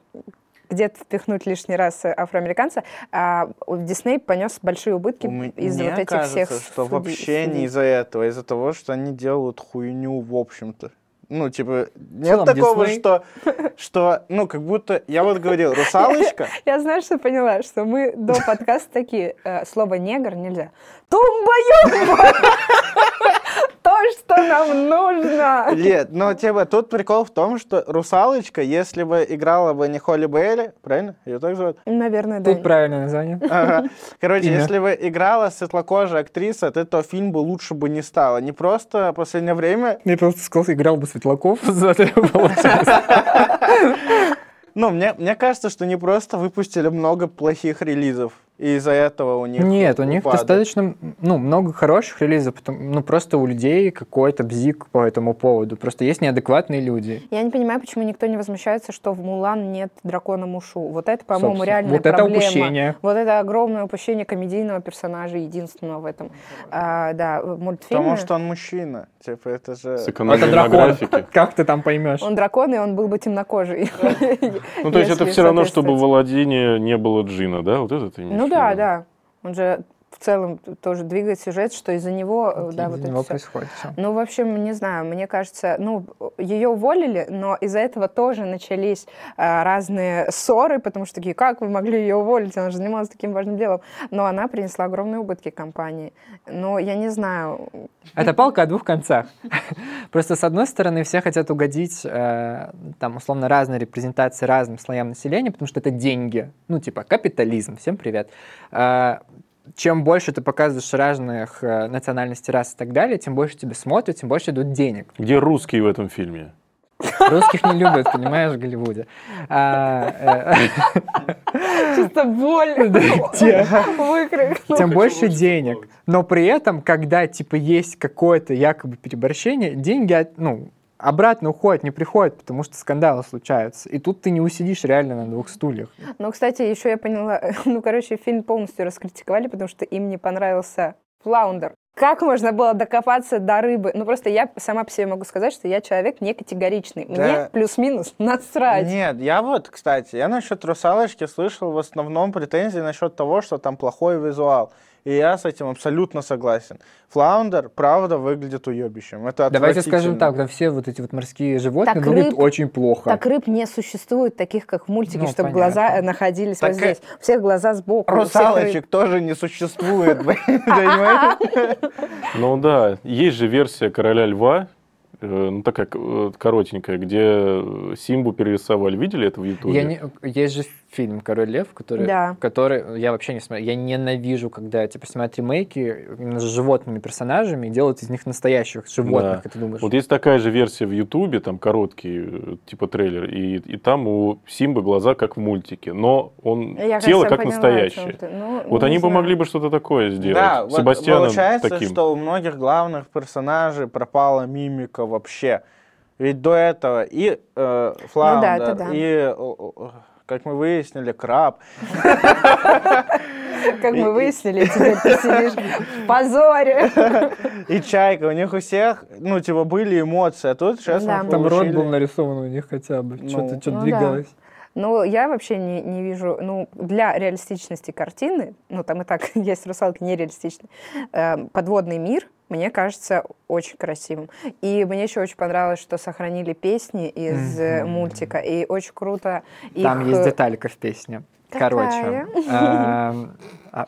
Speaker 1: где-то впихнуть лишний раз афроамериканца, а, у- Дисней понес большие убытки из-за
Speaker 7: Мне
Speaker 1: вот этих
Speaker 7: кажется,
Speaker 1: всех
Speaker 7: что
Speaker 1: суди-
Speaker 7: вообще не
Speaker 1: судей.
Speaker 7: из-за этого, из-за того, что они делают хуйню в общем-то. Ну, типа, нет
Speaker 4: целом,
Speaker 7: такого,
Speaker 4: Дисней-
Speaker 7: что, что, ну, как будто, я вот
Speaker 1: *laughs*
Speaker 7: говорил, русалочка,
Speaker 1: Я знаю, что поняла, что мы
Speaker 7: *laughs*
Speaker 1: до подкаста такие, э, слово негр нельзя. Тумба-юмба! *laughs* То, что нам нужно!
Speaker 7: Нет, но типа тут прикол в том, что русалочка, если бы играла бы не Холли Бейли, правильно? Ее
Speaker 1: *laughs*
Speaker 7: так зовут?
Speaker 1: Наверное, да.
Speaker 4: Тут правильное название.
Speaker 7: Ага. Короче,
Speaker 4: Имя.
Speaker 7: если бы играла светлокожая актриса, от этого фильм бы лучше бы не стало. Не просто в последнее время.
Speaker 4: Я просто сказал, играл бы Светлаков, *laughs* зато
Speaker 7: Ну, мне, мне кажется, что не просто выпустили много плохих релизов. И из-за этого у них.
Speaker 4: Нет, у них
Speaker 7: упадок.
Speaker 4: достаточно ну, много хороших релизов, потом, ну просто у людей какой-то бзик по этому поводу. Просто есть неадекватные люди.
Speaker 1: Я не понимаю, почему никто не возмущается, что в Мулан нет дракона Мушу. Вот это, по-моему,
Speaker 4: Собственно,
Speaker 1: реальная
Speaker 4: вот
Speaker 1: проблема.
Speaker 4: это упущение.
Speaker 1: Вот это огромное упущение комедийного персонажа, единственного в этом, а, да, в мультфильме.
Speaker 7: Потому что он мужчина. Типа, это же.
Speaker 3: Сэкономили
Speaker 4: это
Speaker 3: на
Speaker 4: дракон.
Speaker 3: графике.
Speaker 4: Как ты там поймешь?
Speaker 1: Он дракон, и он был бы темнокожий. *laughs*
Speaker 3: Ну, то есть это
Speaker 1: Если
Speaker 3: все равно, чтобы в
Speaker 1: соответствовать.
Speaker 3: Аладдине не было джина, да? Вот это ты имеешь
Speaker 1: Ну
Speaker 3: в
Speaker 1: да,
Speaker 3: виду?
Speaker 1: да. Он же в целом тоже двигает сюжет, что из-за него, э, да, вот
Speaker 4: Из-за
Speaker 1: это
Speaker 4: него
Speaker 1: всё.
Speaker 4: происходит всё.
Speaker 1: Ну, в общем, не знаю, мне кажется, ну, ее уволили, но из-за этого тоже начались э, разные ссоры, потому что такие, как вы могли ее уволить, она же занималась таким важным делом. Но она принесла огромные убытки компании. Но я не знаю,
Speaker 4: Это палка о двух концах. *laughs* Просто с одной стороны все хотят угодить э, там условно разной репрезентации разным слоям населения, потому что это деньги, ну типа капитализм, всем привет. Э, чем больше ты показываешь разных э, национальностей, рас и так далее, тем больше тебе смотрят, тем больше идут
Speaker 1: *laughs*
Speaker 4: денег.
Speaker 3: Где русские в этом фильме?
Speaker 4: Русских не любят, понимаешь, в Голливуде. А, э,
Speaker 1: Чисто *laughs* боль.
Speaker 4: те-
Speaker 1: Выкрик.
Speaker 4: тем больше денег. Но при этом, когда типа есть какое-то якобы переборщение, деньги от- ну, обратно уходят, не приходят, потому что скандалы случаются. И тут ты не усидишь реально на двух стульях.
Speaker 1: Ну, кстати, еще я поняла, *laughs* ну, короче, фильм полностью раскритиковали, потому что им не понравился флаундер. Как можно было докопаться до рыбы? Ну, просто я сама по себе могу сказать, что я человек не категоричный. Мне
Speaker 7: Да.
Speaker 1: плюс-минус насрать.
Speaker 7: Нет, я вот, кстати, я насчет «Русалочки» слышал в основном претензии насчет того, что там плохой визуал. И я с этим абсолютно согласен. Флаундер, правда, выглядит уебищем. Это
Speaker 4: Давайте скажем
Speaker 7: отвратительно.
Speaker 4: так, да все вот эти вот морские животные ну,
Speaker 1: Так
Speaker 4: выглядят
Speaker 1: рыб-
Speaker 4: очень плохо.
Speaker 1: Так рыб не существует, таких как в мультике,
Speaker 4: Ну,
Speaker 1: чтобы
Speaker 4: понятно.
Speaker 1: глаза э, находились
Speaker 7: Так,
Speaker 1: вот здесь. У всех глаза сбоку. у всех рыб.
Speaker 7: Русалочек тоже не существует,
Speaker 1: *laughs*
Speaker 7: понимаете?
Speaker 3: Ну да, есть же версия «Короля льва», э, ну такая э, коротенькая, где э, Симбу перерисовали. Видели это в Ютубе?
Speaker 4: Я не- Есть же фильм «Король лев», который,
Speaker 1: Да.
Speaker 4: который я вообще не смотрю. Я ненавижу, когда типа снимают ремейки именно с животными персонажами и делают из них настоящих
Speaker 3: Да.
Speaker 4: животных, и ты думаешь.
Speaker 3: Вот есть такая же версия в Ютубе, там короткий, э, типа трейлер, и, и там у Симбы глаза как в мультике, но
Speaker 1: Я,
Speaker 3: он
Speaker 1: кажется,
Speaker 3: тело как
Speaker 1: поняла, о
Speaker 3: настоящее.
Speaker 1: чем ты. Ну,
Speaker 3: Вот
Speaker 1: не
Speaker 3: они
Speaker 1: знаю.
Speaker 3: помогли бы что-то такое сделать.
Speaker 7: Да, вот
Speaker 3: Себастьяном
Speaker 7: получается,
Speaker 3: таким.
Speaker 7: что у многих главных персонажей пропала мимика вообще. Ведь до этого и э, Флаундер,
Speaker 1: Ну это да.
Speaker 7: и, э, э, как мы выяснили, Краб.
Speaker 1: Как мы выяснили, теперь ты сидишь в позоре. *laughs*
Speaker 7: И Чайка, у них у всех, ну, типа, были эмоции, а тут сейчас
Speaker 1: Да.
Speaker 7: мы
Speaker 4: Там рот
Speaker 7: получили-
Speaker 4: был нарисован у них хотя бы,
Speaker 7: Ну.
Speaker 4: что-то что
Speaker 1: Ну да.
Speaker 4: двигалось.
Speaker 1: Ну, я вообще не, не вижу, ну, для реалистичности картины, ну, там и так *laughs* есть русалки нереалистичные, э, подводный мир, мне кажется, очень красивым. И мне еще очень понравилось, что сохранили песни из э,
Speaker 4: Мгм.
Speaker 1: мультика, и очень круто их...
Speaker 4: Там есть
Speaker 1: э,
Speaker 4: деталька в песне.
Speaker 1: Какая?
Speaker 4: Короче.
Speaker 1: *laughs*
Speaker 4: эм, а-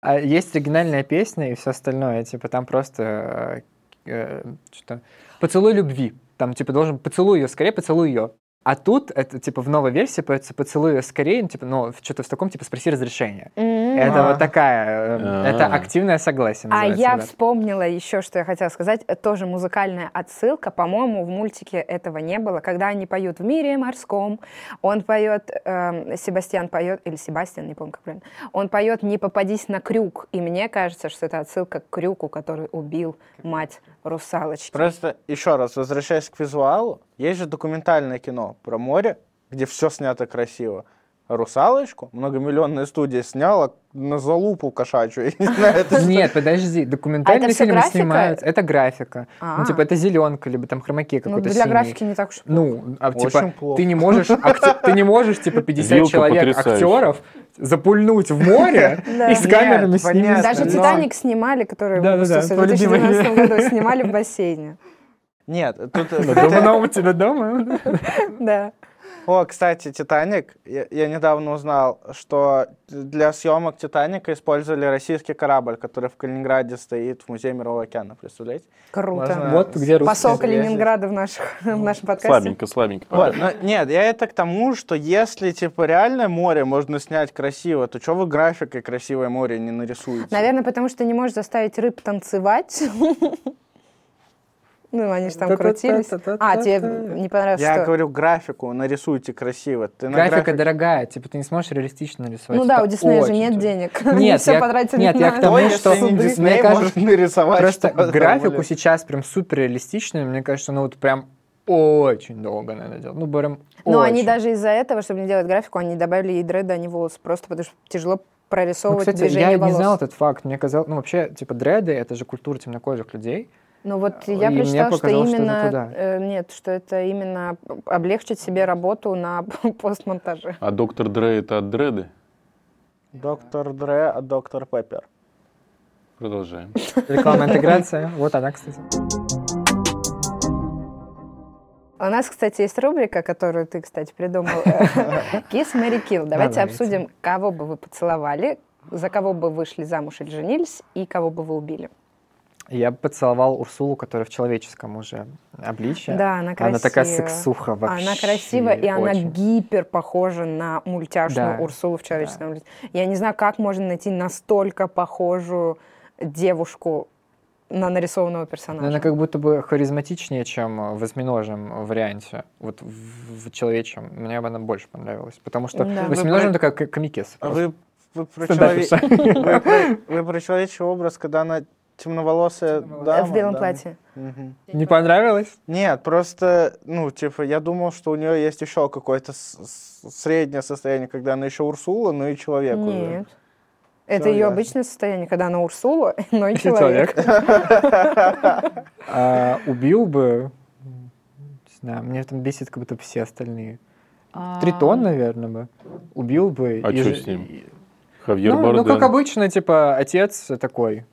Speaker 4: а Есть оригинальная песня и все остальное. Типа там просто э, э, что-то... Поцелуй любви. Там типа должен поцелуй ее скорее, поцелуй ее. А тут это типа в новой версии поется поцелуй ее скорее, ну, типа, ну, что-то в таком, типа, спроси разрешение.
Speaker 1: м.
Speaker 4: Это
Speaker 7: А.
Speaker 4: вот такая, э, это
Speaker 3: А.
Speaker 4: активное согласие
Speaker 1: А
Speaker 4: называется,
Speaker 1: я
Speaker 4: да.
Speaker 1: вспомнила еще, что я хотела сказать. Э, Тоже музыкальная отсылка. По-моему, в мультике этого не было. Когда они поют «В мире морском», он поет, эм, Себастьян поет, или Себастьян, не помню, как правильно, он поет «Не попадись на крюк». И мне кажется, что это отсылка к крюку, который убил мать русалочки.
Speaker 7: Просто, еще раз, возвращаясь к визуалу, есть же документальное кино про море, где все снято красиво. А «Русалочку» многомиллионная студия сняла на залупу кошачью. *laughs* Я не знаю, это что.
Speaker 4: Нет, подожди, документальные
Speaker 1: А всё
Speaker 4: фильмы
Speaker 1: графика?
Speaker 4: снимают, это графика.
Speaker 1: А.
Speaker 4: Ну, типа, это зеленка, либо там хромакей
Speaker 1: Ну,
Speaker 4: какой-то
Speaker 1: для
Speaker 4: синий.
Speaker 1: графики не так уж...
Speaker 4: Ну, а,
Speaker 7: Очень
Speaker 4: типа,
Speaker 7: плохо.
Speaker 4: ты не можешь, акте- ты не можешь, типа, 50
Speaker 3: Вилка
Speaker 4: человек
Speaker 3: потрясающая.
Speaker 4: актеров запульнуть в
Speaker 1: *laughs*
Speaker 4: море
Speaker 1: Да.
Speaker 4: и с камерами
Speaker 7: Нет,
Speaker 4: с ними.
Speaker 7: понятно,
Speaker 1: Даже
Speaker 7: но-
Speaker 1: «Титаник» снимали, который
Speaker 4: Да-да-да,
Speaker 1: в 2012 году снимали в бассейне.
Speaker 7: Нет, тут... э,
Speaker 4: Ну, Давно у тебя дома?
Speaker 1: Да.
Speaker 7: О, кстати, «Титаник». Я я недавно узнал, что для съемок «Титаника» использовали российский корабль, который в Калининграде стоит в Музее Мирового океана, представляете?
Speaker 1: Круто.
Speaker 7: Можно-
Speaker 4: Вот где
Speaker 1: Посол
Speaker 4: русские.
Speaker 1: Калининграда в наших- в нашем подкасте.
Speaker 3: Слабенько, слабенько.
Speaker 7: Вот, но нет, я это к тому, что если, типа, реальное море можно снять красиво, то что вы графикой красивое море не нарисуете?
Speaker 1: Наверное, потому что не можешь заставить рыб танцевать. *laughs* Ну, они же там крутились. А, тебе не понравилось,
Speaker 7: Я
Speaker 1: что...
Speaker 7: говорю, графику нарисуйте красиво. Ты на
Speaker 4: Графика
Speaker 7: график-
Speaker 4: дорогая, типа, ты не сможешь реалистично нарисовать.
Speaker 1: Ну да,
Speaker 4: это
Speaker 1: у Диснея же
Speaker 4: очень
Speaker 1: нет
Speaker 4: дорого.
Speaker 1: денег. *laughs*
Speaker 4: Нет,
Speaker 1: все
Speaker 4: я-
Speaker 1: потратили
Speaker 4: нет, я
Speaker 1: на
Speaker 4: к
Speaker 7: Кто,
Speaker 4: тому,
Speaker 7: если
Speaker 4: что-
Speaker 7: не
Speaker 4: мне
Speaker 7: Дисней,
Speaker 4: кажется,
Speaker 7: может нарисовать
Speaker 4: Просто
Speaker 7: что-то,
Speaker 4: графику
Speaker 7: блин?
Speaker 4: сейчас прям супер реалистичную, мне кажется, ну вот прям очень долго надо делать. Ну, прям
Speaker 1: Но они
Speaker 4: очень.
Speaker 1: даже из-за этого, чтобы не делать графику, они добавили и дреды, а не волосы. Просто потому что тяжело
Speaker 4: Ну,
Speaker 1: прорисовывать
Speaker 4: кстати,
Speaker 1: движение
Speaker 4: я не
Speaker 1: волос.
Speaker 4: знал этот факт. Мне казалось, ну, вообще, типа, дреды — это же культура темнокожих людей.
Speaker 1: Ну вот
Speaker 4: И
Speaker 1: я
Speaker 4: мне
Speaker 1: прочитала, что
Speaker 4: показалось, что это
Speaker 1: именно...
Speaker 4: туда.
Speaker 1: э, Нет, что это именно облегчить себе работу на *laughs* постмонтаже.
Speaker 8: А доктор Дре это от Дреды?
Speaker 7: Доктор Дре, а доктор Пеппер.
Speaker 8: Продолжаем.
Speaker 4: Рекламная интеграция. Вот она, кстати.
Speaker 1: У нас, кстати, есть рубрика, которую ты, кстати,
Speaker 4: *laughs*
Speaker 1: придумал. Kiss, Mary Kill. Давайте
Speaker 4: Давайте.
Speaker 1: обсудим, кого бы вы поцеловали, за кого бы вышли замуж или женились, и кого бы вы убили.
Speaker 4: Я бы поцеловал Урсулу, которая в человеческом уже обличье.
Speaker 1: Да, она красивая.
Speaker 4: Она такая сексуха вообще.
Speaker 1: Она красивая, и она
Speaker 4: очень.
Speaker 1: гипер похожа на мультяшную
Speaker 4: Да.
Speaker 1: Урсулу в человеческом лице. Я не знаю, как можно найти настолько похожую девушку на нарисованного
Speaker 4: Но
Speaker 1: персонажа.
Speaker 4: Ну, Она как будто бы харизматичнее, чем э, в восьминожем варианте. Вот в, в человечьем. Мне бы она больше понравилась. Потому что
Speaker 1: Да.
Speaker 4: в восьминожем такая к- комикес.
Speaker 7: А
Speaker 4: просто.
Speaker 7: вы, вы про
Speaker 4: Стендапиша.
Speaker 7: челове- вы про- вы про человечий образ, когда она темноволосая
Speaker 1: Э,
Speaker 7: дама,
Speaker 1: в белом
Speaker 7: да.
Speaker 1: платье.
Speaker 7: Мгм.
Speaker 4: Не понравилось?
Speaker 7: Нет, просто, ну, типа, я думал, что у нее есть еще какое-то с- с- среднее состояние, когда она еще Урсула, но и человек уже.
Speaker 1: Нет. Это ее
Speaker 7: ясно.
Speaker 1: обычное состояние, когда она Урсула, *laughs* но и
Speaker 4: И
Speaker 1: человек.
Speaker 4: А, Убил бы... м, Не знаю, мне там бесит как будто бы все остальные.
Speaker 1: А.
Speaker 4: Тритон, наверное, бы. Убил бы.
Speaker 3: А
Speaker 4: и-
Speaker 3: чё с ним?
Speaker 4: и-
Speaker 3: Хавьер
Speaker 4: Ну, ну, как
Speaker 3: Бардем.
Speaker 4: обычно, типа, отец такой.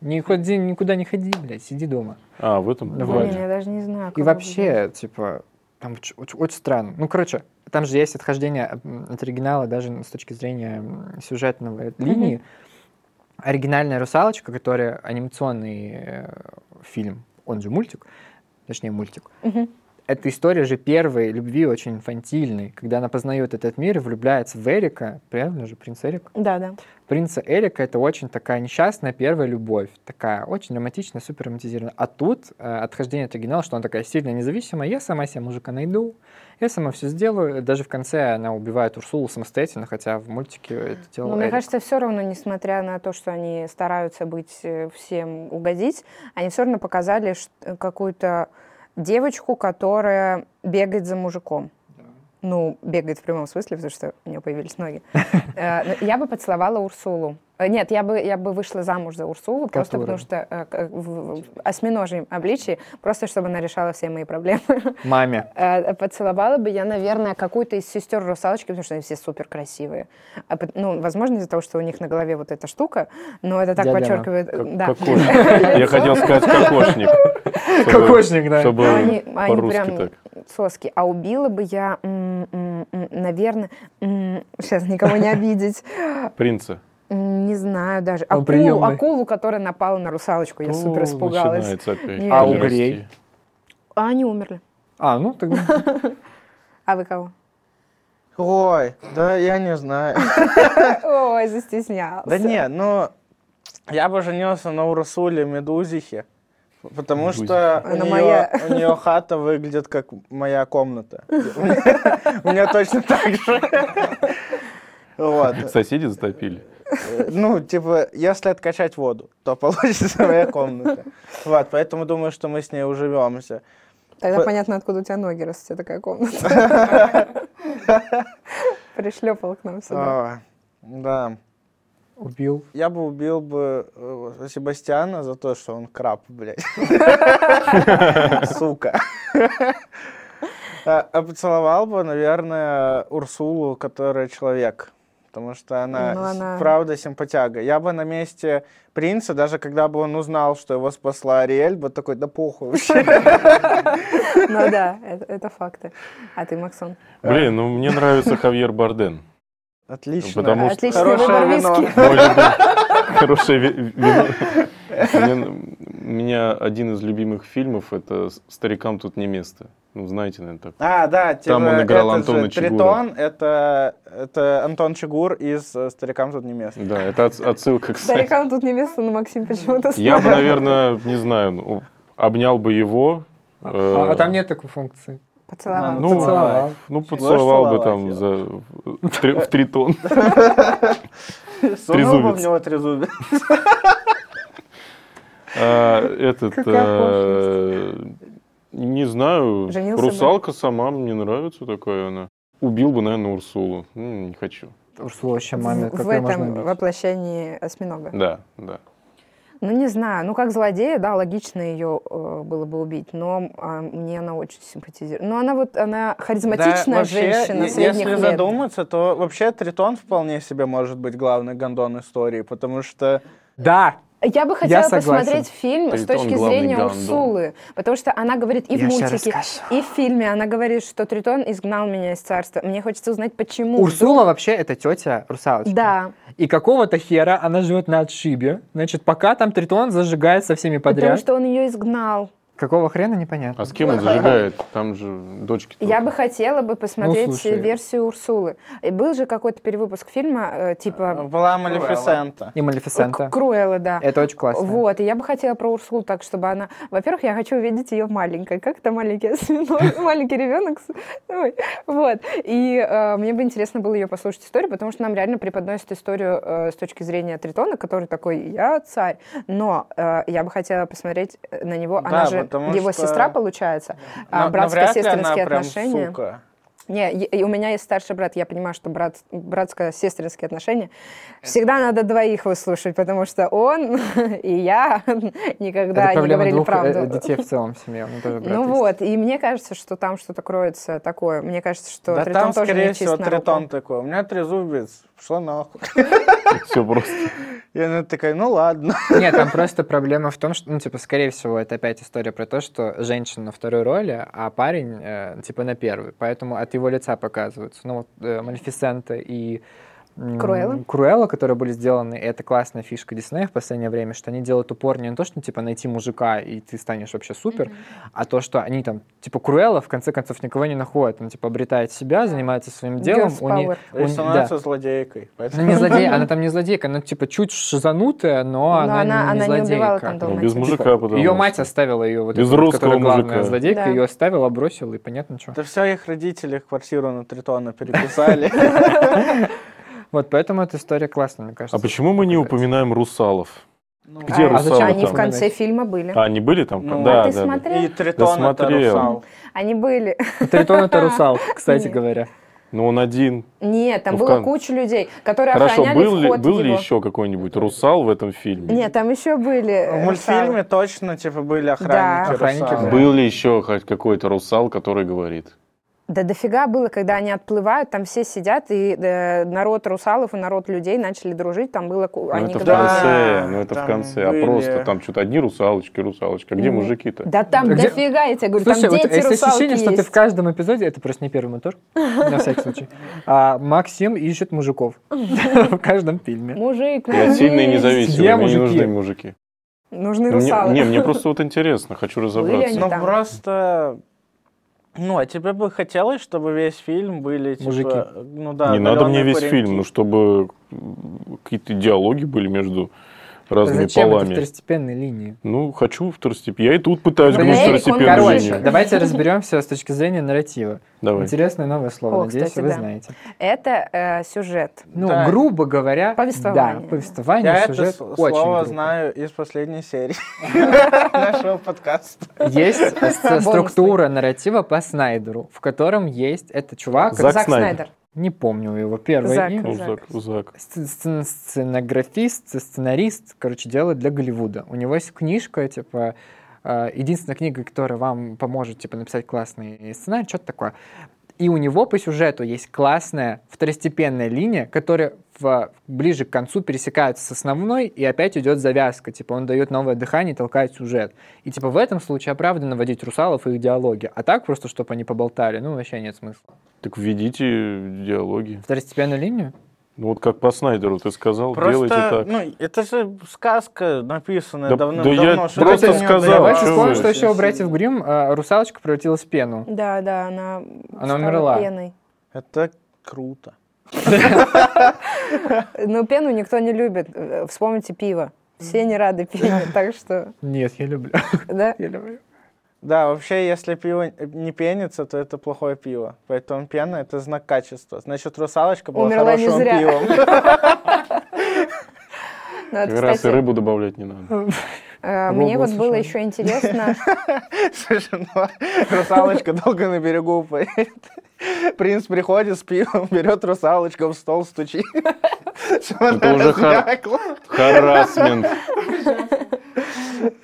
Speaker 4: Не ходи, никуда не ходи, блядь, сиди дома.
Speaker 3: А, в этом
Speaker 4: Ну,
Speaker 1: Блин,
Speaker 3: плане.
Speaker 1: я даже не знаю. кого
Speaker 4: И
Speaker 1: выбрать.
Speaker 4: вообще, типа, там оч- оч- очень, странно. Ну, короче, там же есть отхождение от м, от оригинала даже м, с точки зрения м, сюжетного линии. Оригинальная «Русалочка», которая анимационный э, фильм, он же мультик, точнее мультик,
Speaker 1: Мгм.
Speaker 4: это история же первой любви очень инфантильной, когда она познает этот мир и влюбляется в Эрика, правильно же, принц Эрик?
Speaker 1: Да, да.
Speaker 4: принца Эрика это очень такая несчастная первая любовь, такая очень романтичная, супер романтизированная. А тут э, отхождение от оригинала, что она такая сильно независимая, я сама себе мужика найду, я сама все сделаю. Даже в конце она убивает Урсулу самостоятельно, хотя в мультике это делал
Speaker 1: Но Ну, мне
Speaker 4: Эрик.
Speaker 1: кажется, все равно, несмотря на то, что они стараются быть э, всем угодить, они все равно показали ш- э, какую-то девочку, которая бегает за мужиком. Ну, бегает в прямом смысле, потому что у нее появились
Speaker 4: *laughs*
Speaker 1: ноги. Э, но Я бы поцеловала Урсулу. Э, Нет, я бы, я бы вышла замуж за Урсулу, просто потому
Speaker 4: Которую?
Speaker 1: что э, к- в в осьминожьем обличии, просто чтобы она решала все мои проблемы.
Speaker 4: Маме.
Speaker 1: Э, Поцеловала бы я, наверное, какую-то из сестер русалочки, потому что они все супер красивые. Ну, возможно, из-за того, что у них на голове вот эта штука, но это так
Speaker 4: Диадема.
Speaker 1: подчеркивает. э, да.
Speaker 3: Кокошник. Я хотел
Speaker 1: *laughs*
Speaker 3: сказать кокошник. Чтобы-
Speaker 4: Кокошник, да.
Speaker 3: Чтобы
Speaker 1: Ну, они- они
Speaker 3: по-русски
Speaker 1: прям-
Speaker 3: так.
Speaker 1: *laughs* Соски. А убила бы я, м, м, м, наверное, м, сейчас никого не обидеть,
Speaker 3: Принца.
Speaker 1: М, не знаю даже. А
Speaker 4: Он
Speaker 1: Акулу,
Speaker 4: приемный.
Speaker 1: акулу, которая напала на русалочку, я супер
Speaker 3: О,
Speaker 1: испугалась.
Speaker 3: начинается опять
Speaker 1: Нет. А
Speaker 3: расти.
Speaker 4: угрей?
Speaker 1: А они умерли.
Speaker 4: А, ну
Speaker 1: *laughs*
Speaker 4: тогда.
Speaker 1: А вы кого?
Speaker 7: Ой, да я не знаю.
Speaker 1: *laughs* Ой, застеснялся.
Speaker 7: Да не, ну, я бы женился на Урсуле Медузихе, потому что у
Speaker 1: Она
Speaker 7: нее,
Speaker 1: моя.
Speaker 7: у нее хата выглядит как моя комната. *laughs* У меня точно так же. *laughs* Вот.
Speaker 3: Соседи затопили.
Speaker 7: Э, Ну, типа, если откачать воду, то *laughs* получится моя комната. Вот, поэтому думаю, что мы с ней уживемся.
Speaker 1: Тогда
Speaker 7: П-
Speaker 1: понятно, откуда у тебя ноги, раз у тебя такая комната. Пришлепал к нам сюда.
Speaker 7: А, Да.
Speaker 4: Убил.
Speaker 7: Я бы убил бы э, Себастьяна за то, что он краб, блядь. *laughs* Сука. А а поцеловал бы, наверное, Урсулу, которая человек. Потому что она,
Speaker 1: Ну,
Speaker 7: с-
Speaker 1: она-
Speaker 7: правда симпатяга. Я бы на месте принца, даже когда бы он узнал, что его спасла Ариэль, бы такой, да похуй вообще.
Speaker 1: Ну да, это, это факты. А ты, Максон?
Speaker 3: Блин, ну мне нравится Хавьер Барден.
Speaker 7: Отлично.
Speaker 3: Потому что-
Speaker 1: Отличный
Speaker 7: Хорошее
Speaker 1: выбор
Speaker 7: вино.
Speaker 1: виски.
Speaker 3: Может быть, *laughs* Хорошее ви- вино. Мне- У меня один из любимых фильмов это «Старикам тут не место». Ну, знаете, наверное, такой.
Speaker 7: А, да, типа,
Speaker 3: Там он играл
Speaker 7: этот
Speaker 3: Антона
Speaker 7: же
Speaker 3: Чигура.
Speaker 7: Тритон, это, это Антон Чигур из э, «Старикам тут не место».
Speaker 3: Да, это отс- отсылка, кстати.
Speaker 1: Старикам тут не место, но Максим почему-то...
Speaker 3: Я бы, наверное, не знаю, ну, обнял бы его.
Speaker 4: А,
Speaker 3: э,
Speaker 4: а там нет такой функции.
Speaker 1: Поцеловал.
Speaker 7: Ну,
Speaker 3: Ну,
Speaker 4: Поцеловал.
Speaker 3: Ну, поцеловал бы
Speaker 7: Можешь
Speaker 3: там за, в три- в
Speaker 1: *laughs*
Speaker 3: три тон.
Speaker 7: Сунул бы в
Speaker 3: Трезубец.
Speaker 7: него трезубец.
Speaker 1: *laughs*
Speaker 3: А, Этот,
Speaker 4: Какая
Speaker 3: а, не знаю,
Speaker 1: Женился бы?
Speaker 3: русалка сама мне нравится такая она. Убил бы, наверное, Урсулу. М, Не хочу.
Speaker 4: Урсула вообще маме,
Speaker 1: В,
Speaker 4: как
Speaker 1: в
Speaker 4: ее можно
Speaker 1: этом
Speaker 4: убить?
Speaker 1: воплощении осьминога.
Speaker 3: Да, да.
Speaker 1: Ну, не знаю. Ну, как злодея, да, логично ее э, было бы убить, но а, мне она очень симпатизирует. Но она вот, она харизматичная
Speaker 7: Да, вообще,
Speaker 1: женщина
Speaker 7: е-
Speaker 1: средних
Speaker 7: Если
Speaker 1: лет.
Speaker 7: задуматься, то вообще Тритон вполне себе может быть главный гондон истории, потому что
Speaker 4: Да!
Speaker 1: Я бы хотела
Speaker 4: согласен.
Speaker 1: посмотреть фильм с
Speaker 3: Тритон
Speaker 1: точки
Speaker 3: главный
Speaker 1: зрения
Speaker 3: гандон.
Speaker 1: Урсулы, потому что она говорит и в
Speaker 4: Я ща
Speaker 1: мультике, и
Speaker 4: расскажу.
Speaker 1: в фильме она говорит, что Тритон изгнал меня из царства. Мне хочется узнать, почему.
Speaker 4: Урсула вообще это тетя русалочка.
Speaker 1: Да.
Speaker 4: И какого-то хера она живет на отшибе. Значит, пока там Тритон зажигает со всеми
Speaker 1: Потому
Speaker 4: подряд.
Speaker 1: что он ее изгнал.
Speaker 4: Какого хрена, непонятно.
Speaker 8: А с кем он зажигает? Там же дочки.
Speaker 1: Ну, Я
Speaker 8: только.
Speaker 1: бы хотела бы посмотреть э,
Speaker 4: Ну, слушай.
Speaker 1: версию Урсулы. И был же какой-то перевыпуск фильма, э,
Speaker 4: А,
Speaker 1: типа
Speaker 7: Была Малефисента.
Speaker 4: И Малефисента.
Speaker 1: Круэлла, да.
Speaker 4: Это очень классно.
Speaker 1: Вот, и я бы хотела про Урсулу так, чтобы она... Во-первых, я хочу увидеть ее маленькой. Как это маленький осьминог, *laughs* маленький ребенок? Ой, Вот. И э, мне бы интересно было ее послушать историю, потому что нам реально преподносят историю э, с точки зрения Тритона, который такой, я царь. Но э, я бы хотела посмотреть э, на него. Она
Speaker 7: Да,
Speaker 1: же
Speaker 7: потому
Speaker 1: его
Speaker 7: что-
Speaker 1: сестра, получается. а,
Speaker 7: Но- но вряд ли
Speaker 1: Братско-сестринские
Speaker 7: она прям
Speaker 1: отношения.
Speaker 7: сука.
Speaker 1: Не, е- и у меня есть старший брат, я понимаю, что брат, братско-сестринские отношения. Всегда надо двоих выслушать, потому что он *laughs* и я *laughs* никогда
Speaker 4: Это
Speaker 1: не
Speaker 4: проблема
Speaker 1: говорили
Speaker 4: двух э,
Speaker 1: правду.
Speaker 4: э, детей в целом в семье. У меня тоже брат
Speaker 1: ну
Speaker 4: есть.
Speaker 1: вот, и мне кажется, что там что-то кроется такое. Мне кажется, что
Speaker 7: Да
Speaker 1: Тритон
Speaker 7: там,
Speaker 1: тоже не
Speaker 7: скорее
Speaker 1: чист
Speaker 7: всего,
Speaker 1: на руку.
Speaker 7: тритон такой. У меня трезубец. Пошла нахуй.
Speaker 1: *laughs*
Speaker 3: Все просто.
Speaker 7: И она такая, ну ладно.
Speaker 4: Нет, там просто проблема в том, что, ну, типа, скорее всего, это опять история про то, что женщина на второй роли, а парень, э, типа, на первой. Поэтому от его лица показываются. Ну, вот э, Малефисента и м,
Speaker 1: Круэлла.
Speaker 4: Круэлла, которые были сделаны, и это классная фишка Диснея в последнее время, что они делают упор не на то, что, типа, найти мужика, и ты станешь вообще супер, а то, что они там, типа, Круэлла, в конце концов, никого не находит. Он, типа, обретает себя, занимается своим делом.
Speaker 1: Girls
Speaker 4: у не-
Speaker 1: power.
Speaker 4: у не-
Speaker 7: И становится
Speaker 4: да.
Speaker 7: злодейкой.
Speaker 3: Ну,
Speaker 4: Она не
Speaker 1: *laughs*
Speaker 4: злодейка, она там не злодейка, она типа чуть шизанутая, но
Speaker 1: Но
Speaker 4: она,
Speaker 1: Ну, она,
Speaker 4: не,
Speaker 1: она не
Speaker 4: злодейка.
Speaker 1: убивала там
Speaker 3: Ну,
Speaker 1: долго.
Speaker 3: без мужика, потому
Speaker 4: Ее
Speaker 3: что-
Speaker 4: Типа, мать оставила ее вот
Speaker 3: Без
Speaker 4: эту, вот,
Speaker 3: русского
Speaker 4: которая главная
Speaker 3: мужика.
Speaker 4: злодейка,
Speaker 1: Да.
Speaker 4: ее оставила, бросила, и понятно что.
Speaker 7: Да все, их родители квартиру на тритона переписали.
Speaker 4: Вот поэтому эта история классная, мне кажется.
Speaker 3: А почему мы не упоминаем русалов? Где
Speaker 1: а
Speaker 3: русалы
Speaker 1: Они в
Speaker 3: там?
Speaker 1: конце фильма были.
Speaker 3: А, они были там?
Speaker 7: Ну,
Speaker 1: а
Speaker 3: да,
Speaker 1: ты
Speaker 3: да, да.
Speaker 1: смотрел?
Speaker 7: И тритон это
Speaker 3: смотрел.
Speaker 7: русал.
Speaker 1: Они были. *laughs*
Speaker 4: Тритон это русал, кстати
Speaker 1: Нет.
Speaker 4: говоря.
Speaker 3: Ну, он один.
Speaker 1: Нет, там
Speaker 3: Ну, в
Speaker 1: было
Speaker 3: кон-
Speaker 1: куча людей, которые
Speaker 3: Хорошо,
Speaker 1: охраняли
Speaker 3: был, ли,
Speaker 1: вход
Speaker 3: был
Speaker 1: в
Speaker 3: ли
Speaker 1: его.
Speaker 3: еще какой-нибудь русал в этом фильме?
Speaker 1: Нет, там еще были. э,
Speaker 7: В мультфильме
Speaker 1: русалы.
Speaker 7: точно, типа, были охранники
Speaker 1: Да.
Speaker 4: Охранники,
Speaker 7: русалов.
Speaker 4: да.
Speaker 8: Был ли еще хоть какой-то русал, который говорит?
Speaker 1: Да дофига было, когда они отплывают, там все сидят, и э, народ русалов и народ людей начали дружить, там было... ку-
Speaker 8: Ну,
Speaker 1: они
Speaker 8: это в
Speaker 1: говорили-
Speaker 7: Да,
Speaker 8: конце, ну, это в
Speaker 7: там
Speaker 8: конце. А
Speaker 7: были.
Speaker 8: просто там что-то одни русалочки, русалочки. А где мужики-то?
Speaker 1: Да там
Speaker 4: Где-
Speaker 1: дофига, я тебе говорю,
Speaker 4: Слушай,
Speaker 1: там
Speaker 4: у
Speaker 1: дети
Speaker 4: тебя есть
Speaker 1: русалки
Speaker 4: ощущение, что ты
Speaker 1: есть.
Speaker 4: в каждом эпизоде, это просто не первый мотор, на всякий случай, а Максим
Speaker 1: *laughs*
Speaker 4: ищет мужиков *laughs* в каждом фильме.
Speaker 1: Мужик,
Speaker 8: Я сильный и
Speaker 1: мужик.
Speaker 8: независимый,
Speaker 4: Где
Speaker 8: мне не
Speaker 4: мужики?
Speaker 8: нужны мужики.
Speaker 1: Нужны
Speaker 8: Ну, мне-
Speaker 1: русалы.
Speaker 8: Не, мне просто вот интересно, хочу
Speaker 1: они?
Speaker 8: разобраться.
Speaker 7: Ну,
Speaker 1: там.
Speaker 7: просто... Ну, а тебе бы хотелось, чтобы весь фильм были, типа...
Speaker 4: Мужики.
Speaker 7: Ну, да, типа.
Speaker 3: не надо мне
Speaker 7: оголённые
Speaker 3: весь
Speaker 7: пареньки.
Speaker 3: фильм, ну, чтобы м, какие-то диалоги были между разными
Speaker 4: Зачем это
Speaker 3: полами.
Speaker 4: второстепенные линии?
Speaker 3: Ну, хочу второстепенно. Я и тут пытаюсь
Speaker 1: Блин,
Speaker 3: гнуть
Speaker 1: Эрик, он
Speaker 3: второстепенную
Speaker 1: короче.
Speaker 3: линию.
Speaker 4: давайте разберемся с точки зрения нарратива.
Speaker 3: Давай.
Speaker 4: Интересное новое слово,
Speaker 1: О,
Speaker 4: надеюсь,
Speaker 1: кстати,
Speaker 4: вы
Speaker 1: да.
Speaker 4: знаете.
Speaker 1: Это э, сюжет.
Speaker 4: Ну,
Speaker 7: Да.
Speaker 4: грубо говоря,
Speaker 1: Повествование.
Speaker 4: да, повествование,
Speaker 7: Я это
Speaker 4: сюжет
Speaker 7: с-
Speaker 4: очень
Speaker 7: слово
Speaker 4: грубо.
Speaker 7: знаю из последней серии нашего подкаста.
Speaker 4: Есть э, с- структура нарратива по Снайдеру, в котором есть это чувак,
Speaker 3: Зак
Speaker 1: Зак
Speaker 3: Снайдер.
Speaker 1: Снайдер.
Speaker 4: не помню его первое
Speaker 1: Зак.
Speaker 4: имя.
Speaker 3: Ну, Зак, Зак.
Speaker 4: Сц- сцен- Сценографист, сценарист, короче, делает для Голливуда. У него есть книжка, типа, э, единственная книга, которая вам поможет, типа, написать классный сценарий, что-то такое. И у него по сюжету есть классная второстепенная линия, которая в- ближе к концу пересекается с основной, и опять идет завязка. Типа он дает новое дыхание и толкает сюжет. И типа в этом случае оправданно водить русалов и их диалоги. А так просто, чтобы они поболтали, ну вообще нет смысла.
Speaker 3: Так введите диалоги.
Speaker 4: Второстепенную линию?
Speaker 3: Ну, вот как по Снайдеру ты сказал, делайте
Speaker 7: Просто,
Speaker 3: так.
Speaker 7: ну, это же сказка, написанная
Speaker 3: Да- да я
Speaker 7: давным-давно. что
Speaker 3: просто
Speaker 7: ты мне
Speaker 3: сказал,
Speaker 7: удаёшь?
Speaker 4: Давайте
Speaker 3: чё
Speaker 4: вспомним,
Speaker 3: вы?
Speaker 4: что еще у братьев Грим а, русалочка превратилась в пену.
Speaker 1: Да, да, она, стала
Speaker 4: умерла.
Speaker 1: пеной.
Speaker 7: Это круто.
Speaker 1: Но пену никто не любит. Э, Вспомните пиво. Все не рады пене,
Speaker 8: *laughs*
Speaker 1: так что...
Speaker 4: Нет, я люблю.
Speaker 1: Да?
Speaker 4: *laughs* Я люблю.
Speaker 7: Да, вообще, если пиво не пенится, то это плохое пиво. Поэтому пена — это знак качества. Значит, русалочка была
Speaker 1: Умерла не
Speaker 7: хорошим
Speaker 1: зря.
Speaker 7: пивом. *laughs*
Speaker 1: Ну, это,
Speaker 8: Как раз и
Speaker 1: кстати,
Speaker 8: рыбу добавлять не
Speaker 1: *laughs*
Speaker 8: надо.
Speaker 1: э, мне
Speaker 4: Рыба
Speaker 1: вот было еще
Speaker 4: совершенно.
Speaker 1: интересно,
Speaker 7: Слушай, ну, русалочка долго на берегу парит. Принц приходит с пивом, берет русалочку, в
Speaker 1: *laughs*
Speaker 7: стол стучит. Чтобы
Speaker 8: Это
Speaker 7: она
Speaker 8: уже хар-
Speaker 7: размякла.
Speaker 8: Харасмент.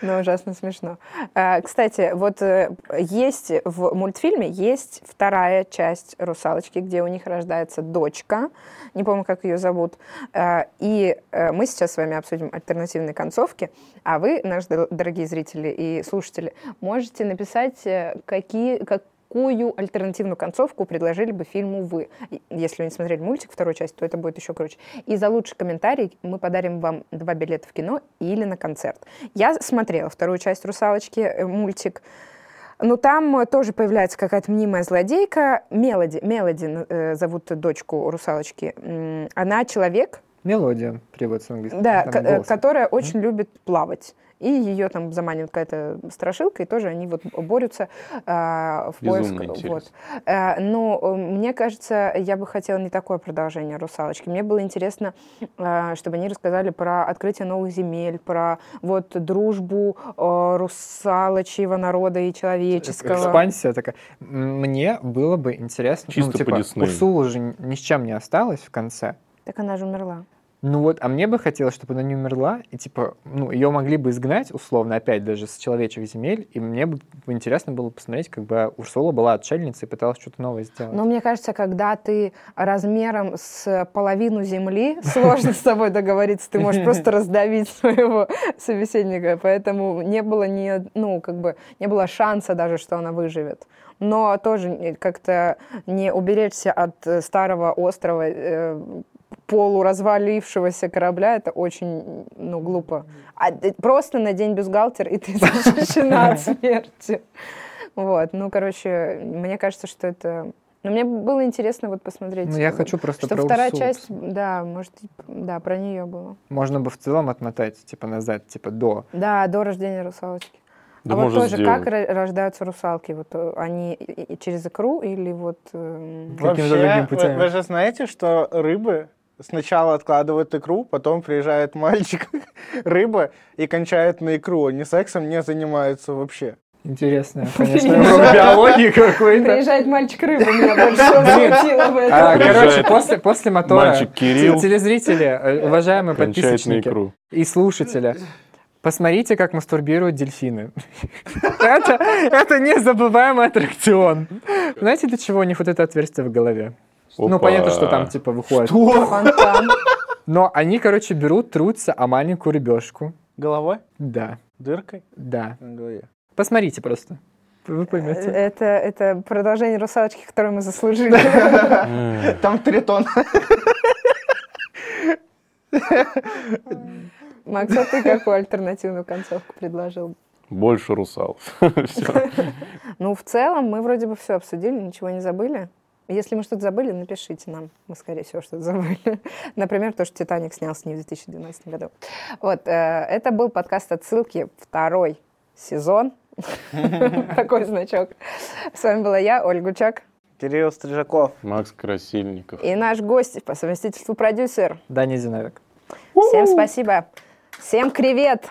Speaker 1: Ну, ужасно смешно. А, Кстати, вот э, есть в мультфильме есть вторая часть «Русалочки», где у них рождается дочка, не помню, как ее зовут, А, и э, мы сейчас с вами обсудим альтернативные концовки, а вы, наши дор- дорогие зрители и слушатели, можете написать, э, какие, какую какую альтернативную концовку предложили бы фильму вы? И Если вы не смотрели мультик, вторую часть, то это будет еще круче. И за лучший комментарий мы подарим вам два билета в кино или на концерт. Я смотрела вторую часть «Русалочки», э, мультик. Но там э, тоже появляется какая-то мнимая злодейка. Мелоди, Мелоди э, зовут дочку русалочки. М, Она человек,
Speaker 4: Мелодия, перевод с английского.
Speaker 1: да,
Speaker 4: Там
Speaker 1: ко- э,
Speaker 4: голос.
Speaker 1: которая очень любит плавать. И ее там заманивает какая-то страшилка, и тоже они вот борются а, в
Speaker 8: Безумно
Speaker 1: поиск.
Speaker 8: интересно.
Speaker 1: Вот.
Speaker 3: А
Speaker 1: Э, но э, мне кажется, я бы хотела не такое продолжение «Русалочки». Мне было интересно, э, чтобы они рассказали про открытие новых земель, про вот дружбу э, русалочьего народа и человеческого.
Speaker 4: Экспансия такая. М, Мне было бы интересно.
Speaker 3: Чисто
Speaker 4: ну,
Speaker 3: по
Speaker 4: типа,
Speaker 3: Диснею.
Speaker 4: Урсула же ни- ни с чем не осталась в конце.
Speaker 1: Так она же умерла.
Speaker 4: Ну вот, а мне бы хотелось, чтобы она не умерла, и типа, ну, ее могли бы изгнать, условно, опять даже с человечьих земель, и мне бы интересно было посмотреть, как бы Урсула была отшельницей и пыталась что-то новое сделать.
Speaker 1: Но мне кажется, когда ты размером с половину земли, *laughs* сложно с тобой договориться, ты можешь просто раздавить своего собеседника, поэтому не было ни, ну, как бы, не было шанса даже, что она выживет. Но тоже не- как-то не уберечься от э, старого острова, э, полуразвалившегося корабля, это очень, ну, глупо. А ты просто на день бюстгальтер, и
Speaker 4: *laughs*
Speaker 1: ты защищена от смерти. Вот, ну, короче, мне кажется, что это... Но мне было интересно вот посмотреть.
Speaker 4: Ну, я
Speaker 1: э,
Speaker 4: хочу просто
Speaker 1: что
Speaker 4: про
Speaker 1: вторая
Speaker 4: Урсулу
Speaker 1: часть, да, может, и п- да, про нее было.
Speaker 4: Можно бы в целом отмотать, типа, назад, типа, до.
Speaker 1: Да, до рождения русалочки.
Speaker 8: Да
Speaker 1: а вот
Speaker 8: можно
Speaker 1: тоже,
Speaker 8: сделать.
Speaker 1: как ро- рождаются русалки? Вот э, они и- и через икру или вот... эм,
Speaker 4: Каким-то другим
Speaker 7: вы-
Speaker 4: путями.
Speaker 7: Вы, же знаете, что рыбы сначала откладывают икру, потом приезжает мальчик, *laughs* рыба, и кончает на икру. Они сексом не занимаются вообще.
Speaker 4: Интересно, конечно, Ну,
Speaker 1: Приезжает-
Speaker 4: биологии какой-то.
Speaker 1: Приезжает мальчик-рыба, меня больше всего возмутило в этом.
Speaker 4: А,
Speaker 3: Приезжает
Speaker 4: короче, после, после мотора,
Speaker 3: мальчик Кирилл.
Speaker 4: те- телезрители, э, уважаемые
Speaker 3: Кончает на
Speaker 4: подписчики
Speaker 3: икру.
Speaker 4: и слушатели, посмотрите, как мастурбируют дельфины. *laughs* Это это незабываемый аттракцион. Знаете, для чего у них вот это отверстие в голове? Ну,
Speaker 3: Опа.
Speaker 4: понятно, что там, типа, выходит.
Speaker 1: Фонтан.
Speaker 4: Но они, короче, берут, трутся о маленькую рыбешку.
Speaker 7: Головой?
Speaker 4: Да,
Speaker 7: Дыркой?
Speaker 4: да.
Speaker 7: На голове.
Speaker 4: Посмотрите просто. Вы поймете.
Speaker 1: Это, это продолжение русалочки, которое мы заслужили.
Speaker 7: Там тритон.
Speaker 1: Макс, а ты какую альтернативную концовку предложил? бы?
Speaker 3: Больше русалов. *laughs* Всё.
Speaker 1: Ну, в целом, мы вроде бы все обсудили, ничего не забыли. Если мы что-то забыли, напишите нам. Мы, скорее всего, что-то забыли. Например, то, что «Титаник» снялся не в 2012 году. Вот, э, это был подкаст «Отсылки», второй
Speaker 4: *laughs*
Speaker 1: сезон. Такой значок. С вами была я, Ольга Гучак,
Speaker 7: Кирилл Стрижаков.
Speaker 8: Макс Красильников.
Speaker 1: и наш гость по совместительству продюсер.
Speaker 4: Даня Зиновик.
Speaker 1: Всем спасибо. Всем привет!